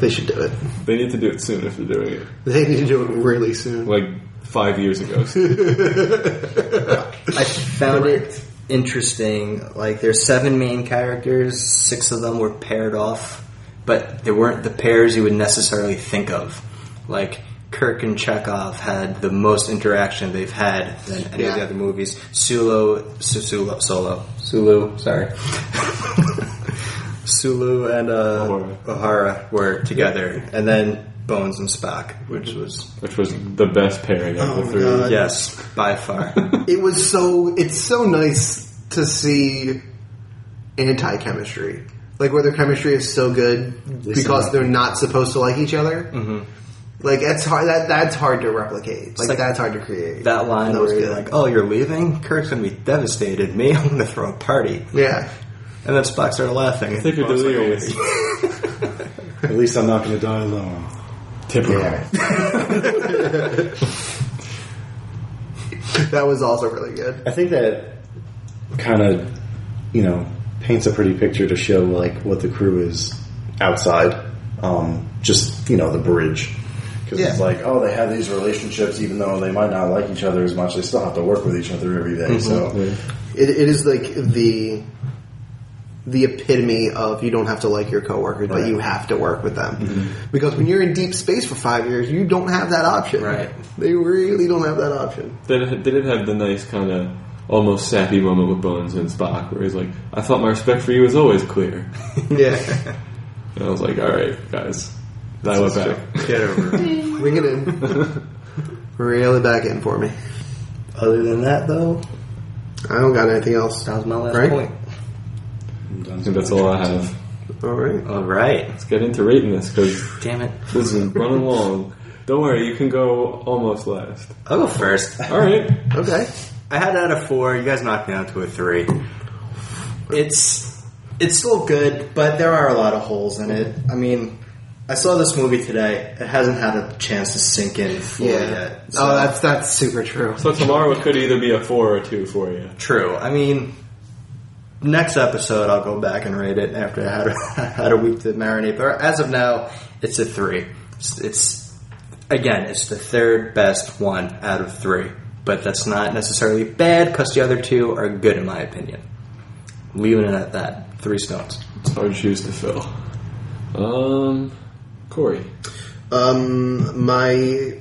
Speaker 3: They should do it.
Speaker 1: They need to do it soon if they're doing it.
Speaker 3: They need to do it really soon.
Speaker 1: Like five years
Speaker 3: <laughs>
Speaker 1: ago.
Speaker 5: I found it interesting. Like, there's seven main characters. Six of them were paired off, but they weren't the pairs you would necessarily think of. Like, Kirk and Chekhov had the most interaction they've had than any of the
Speaker 3: Yeah.
Speaker 5: other movies. Sulu, Su- Sulu, Solo, Sulu, sorry. <laughs> Sulu and uh,
Speaker 1: Uhura.
Speaker 5: O'Hara were together, and then Bones and Spock, which was
Speaker 1: Which was the best pairing of
Speaker 3: Oh
Speaker 1: the
Speaker 3: my
Speaker 1: three.
Speaker 3: God.
Speaker 5: yes, by far.
Speaker 3: It was so. It's so nice to see anti chemistry, like where their chemistry is so good because they're not supposed to like each other. Mm-hmm. Like that's hard. That that's hard to replicate. Like,
Speaker 5: like
Speaker 3: that's hard to create.
Speaker 5: That line
Speaker 3: That was
Speaker 5: where you're
Speaker 3: good.
Speaker 5: like, "Oh, you're leaving? Kirk's gonna be devastated. <laughs> Me, I'm gonna throw a party."
Speaker 3: yeah. <laughs>
Speaker 5: And then Spock started laughing.
Speaker 1: think you're
Speaker 5: Spock's like,
Speaker 1: delirious.
Speaker 4: At least I'm not going to die alone.
Speaker 1: Typical.
Speaker 3: That was also really good.
Speaker 4: I think that kind of, you know, paints a pretty picture to show like what the crew is outside. Um, just you know the bridge because it's
Speaker 3: Yeah.
Speaker 4: like oh they have these relationships even though they might not like each other as much they still have to work with each other every day, So
Speaker 3: It, it is like the the epitome of you don't have to like your coworkers, but
Speaker 4: Right.
Speaker 3: you have to work with them
Speaker 2: Mm-hmm.
Speaker 3: because when you're in deep space for five years, you don't have that option.
Speaker 5: Right.
Speaker 3: They really don't have that option.
Speaker 1: They did they did have the nice kind of almost sappy moment with Bones and Spock where he's like, I thought my respect for you was always clear.
Speaker 3: Yeah. <laughs>
Speaker 1: And I was like, alright, guys. And I went back.
Speaker 5: Get over. it.
Speaker 3: Ring it in. really back in for me.
Speaker 2: Other than that, though,
Speaker 3: I don't got anything else.
Speaker 2: that was my last
Speaker 3: Right?
Speaker 2: point.
Speaker 1: I think <laughs> that's all I have.
Speaker 3: All right.
Speaker 5: All right.
Speaker 1: Let's get into rating this because
Speaker 5: Damn it.
Speaker 1: this is running long. Don't worry, you can go almost last.
Speaker 5: I'll
Speaker 2: <laughs>
Speaker 5: go first.
Speaker 1: All right.
Speaker 3: Okay.
Speaker 5: I had it at a four. You guys knocked me down to a three. It's it's still good, but there are a lot of holes in it. I mean, I saw this movie today. It hasn't had a chance to sink in fully
Speaker 3: Yeah.
Speaker 5: yet.
Speaker 3: Oh, that's that's super true.
Speaker 1: So tomorrow it could either be a four or a two for you.
Speaker 5: True. I mean, next episode I'll go back and rate it after I had a, <laughs> had a week to marinate. But as of now, it's a three. It's, it's again, it's the third best one out of three. But that's not necessarily bad because the other two are good in my opinion. Leaving it at that, three stones.
Speaker 1: It's hard shoes to fill. Um, Corey.
Speaker 3: Um, my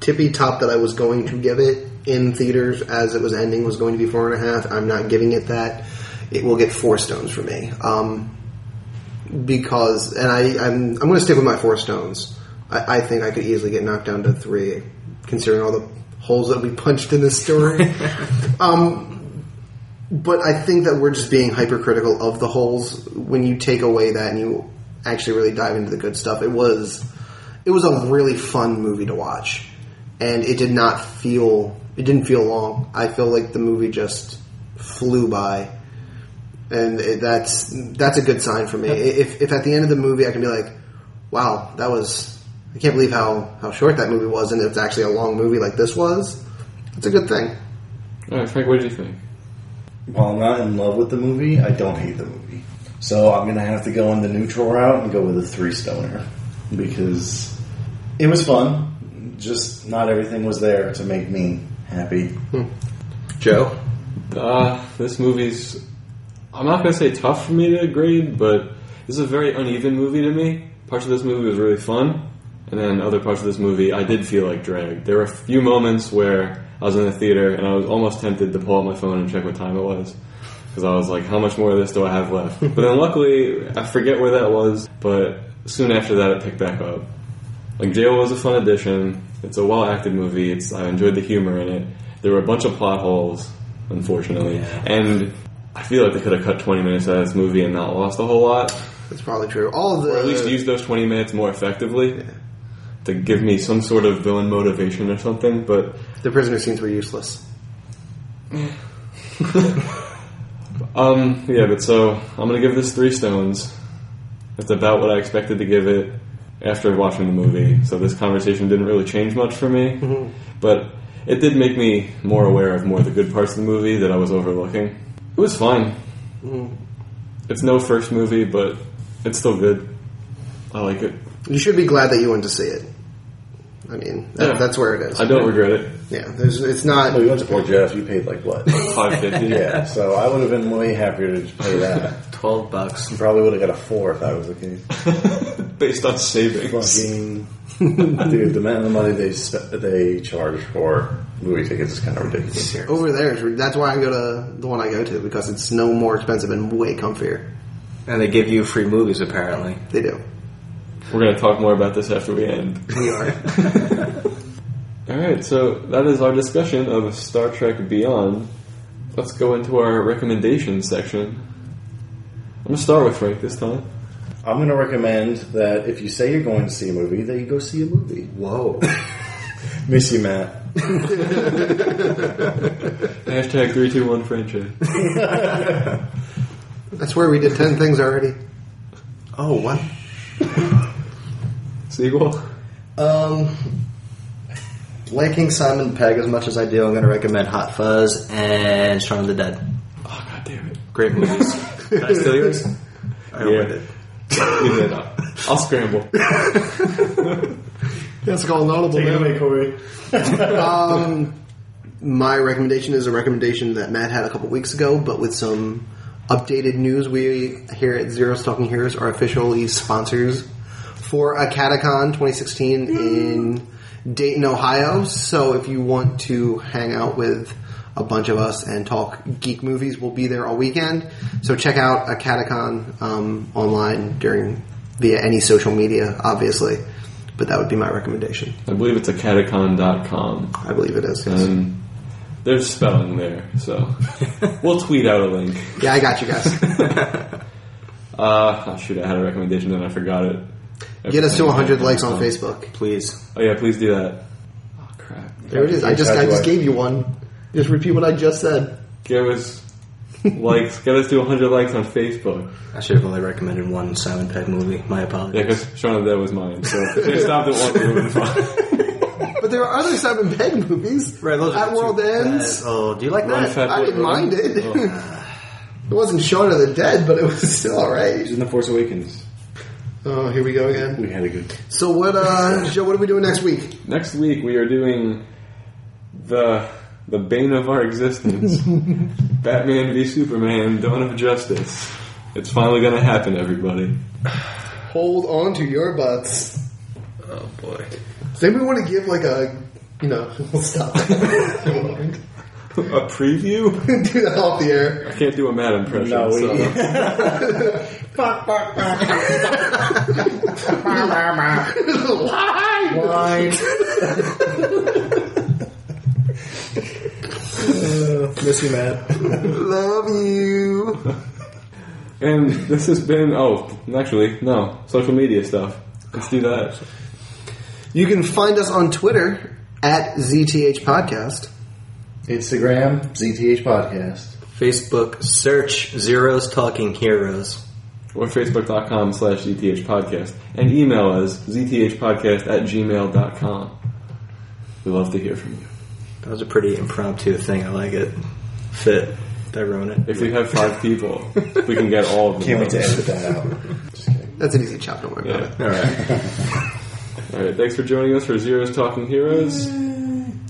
Speaker 3: tippy top that I was going to give it in theaters as it was ending was going to be four and a half. I'm not giving it that. It will get four stones for me. Um, because, and I, I'm, I'm going to stick with my four stones. I, I think I could easily get knocked down to three, considering all the holes that we punched in this story. But I think that we're just being hypercritical of the holes when you take away that and you actually really dive into the good stuff. It was it was a really fun movie to watch. And it did not feel it didn't feel long. I feel like the movie just flew by. And it, that's that's a good sign for me. If if at the end of the movie I can be like, "Wow, that was I can't believe how how short that movie was and it's actually a long movie like this was." It's a good thing.
Speaker 1: All right, Frank. What did you think?
Speaker 4: While I'm not in love with the movie, I don't hate the movie. So I'm gonna have to go on the neutral route and go with a three stoner because it was fun. Just not everything was there to make me happy.
Speaker 5: Joe,
Speaker 1: Uh, this movie's. I'm not gonna say tough for me to grade, but this is a very uneven movie to me. Parts of this movie was really fun, and then other parts of this movie I did feel like dragged. There were a few moments where I was in the theater and I was almost tempted to pull out my phone and check what time it was. Because I was like, how much more of this do I have left? but then luckily, I forget where that was, but soon after that it picked back up. Like Jail was a fun addition. It's a well acted movie. It's I enjoyed the humor in it. There were a bunch of plot holes, unfortunately, and I feel like they could have cut 20 minutes out of this movie and not lost a whole lot,
Speaker 3: That's probably true. All of the
Speaker 1: or at least used those 20 minutes more effectively to give me some sort of villain motivation or something. But
Speaker 3: The prisoner scenes were useless.
Speaker 1: um, yeah, but so I'm gonna give this three stones. That's about what I expected to give it after watching the movie. So this conversation didn't really change much for me, but it did make me more aware of more of the good parts of the movie that I was overlooking. It was fine. It's no first movie, but it's still good. I like it.
Speaker 3: You should be glad that you went to see it. I mean, that,
Speaker 1: Yeah.
Speaker 3: that's where it is.
Speaker 1: I don't regret it.
Speaker 3: Yeah, there's, it's not.
Speaker 4: Well, you went to Port Jeff. You paid like what?
Speaker 1: Five fifty.
Speaker 4: yeah. So I would have been way happier to just pay that.
Speaker 5: twelve bucks.
Speaker 4: Probably would have got a four if I was the case.
Speaker 1: <laughs> Based on savings.
Speaker 4: Fucking dude, the amount of money they sp- they charge for movie tickets is kind of ridiculous. Here.
Speaker 3: Over there, is- that's why I go to the one I go to because it's no more expensive and way comfier.
Speaker 5: And they give you free movies apparently.
Speaker 3: They do.
Speaker 1: We're gonna talk more about this after we end.
Speaker 3: We are.
Speaker 1: All right, so that is our discussion of Star Trek Beyond. Let's go into our recommendation section. I'm gonna start with Frank this time.
Speaker 4: I'm going to recommend that if you say you're going to see a movie, that you go see a movie.
Speaker 5: Whoa.
Speaker 4: <laughs> Miss you, Matt.
Speaker 1: Hashtag three two one friendship.
Speaker 3: <laughs> that's where we did ten things already.
Speaker 2: Oh, what?
Speaker 1: <laughs> Sequel.
Speaker 5: Um, liking Simon Pegg as much as I do, I'm going to recommend Hot Fuzz and Shaun of the Dead.
Speaker 1: Oh god damn it!
Speaker 5: Great movies.
Speaker 2: <laughs>
Speaker 5: Can I steal yours? I don't
Speaker 1: Yeah.
Speaker 5: want it.
Speaker 1: <laughs> You did not. I'll scramble.
Speaker 3: That's called notable.
Speaker 4: Corey.
Speaker 3: Um, my recommendation is a recommendation that Matt had a couple weeks ago, but with some updated news. We here at Zero Stalking Heroes are officially sponsors for a Catacon 2016 in Dayton, Ohio. So if you want to hang out with a bunch of us and talk geek movies, we'll be there all weekend. So check out a Catacon um, online during via any social media, obviously. But that would be my recommendation.
Speaker 1: I believe it's a catacon.com.
Speaker 3: I believe it is. yes.
Speaker 1: And there's spelling there, so we'll tweet out a link.
Speaker 3: Yeah, I got you guys.
Speaker 1: Uh, oh, shoot, I had a recommendation and I forgot it.
Speaker 3: Get us to 100 likes on Facebook.
Speaker 5: Please.
Speaker 1: Oh yeah, please do that. Oh crap!
Speaker 3: There it is. I just I just gave you one. Just repeat what I just said.
Speaker 1: Give us likes. Get us to 100 likes on Facebook.
Speaker 5: I should have only recommended one Simon Pegg movie. My apologies.
Speaker 1: Yeah, because Shaun of the Dead was mine. So if they stopped at one. It would have been fine. <laughs>
Speaker 3: But there are other Simon Pegg movies.
Speaker 5: Right, those are
Speaker 3: At
Speaker 5: the two
Speaker 3: World Ends.
Speaker 5: best. Oh, do you like
Speaker 1: Run,
Speaker 5: that?
Speaker 1: Fat
Speaker 3: I
Speaker 1: Boy,
Speaker 3: didn't
Speaker 1: Run.
Speaker 3: mind it.
Speaker 1: Oh.
Speaker 3: <laughs> It wasn't Shaun of the Dead, but it was still alright.
Speaker 4: He's in the Force Awakens.
Speaker 3: Oh, here we go again.
Speaker 4: We had a good.
Speaker 3: So what, uh, <laughs> Joe? What are we doing next week?
Speaker 1: Next week we are doing the the bane of our <laughs> existence, Batman v Superman: Dawn of Justice. It's finally going to happen, everybody.
Speaker 3: Hold on to your butts.
Speaker 1: Oh boy!
Speaker 3: Does anybody want to give like a, you know, <laughs> we'll stop. Do
Speaker 1: A preview?
Speaker 3: that off the air.
Speaker 1: I can't do a mad impression.
Speaker 4: No, we-
Speaker 1: so.
Speaker 4: <laughs>
Speaker 3: Why?
Speaker 4: <laughs> miss you, Matt.
Speaker 3: Love you.
Speaker 1: And this has been oh, actually no social media stuff. Let's do that.
Speaker 3: You can find us on Twitter at ZTH Podcast.
Speaker 4: Instagram ZTH Podcast.
Speaker 5: Facebook search Zeros Talking Heroes.
Speaker 1: Or facebook.com slash ZTH podcast. And email us zthpodcast at gmail.com. We love to hear from you.
Speaker 5: That was a pretty impromptu thing. I like it. Fit. Did I ruin it?
Speaker 1: If we have
Speaker 4: <laughs>
Speaker 1: five people, we can get all of them.
Speaker 4: Can't wait to edit that out.
Speaker 3: That's an easy chop. Don't worry about it.
Speaker 1: Yeah. All right. All right. Thanks for joining us for Zero's Talking
Speaker 4: <laughs>
Speaker 1: Heroes. <laughs>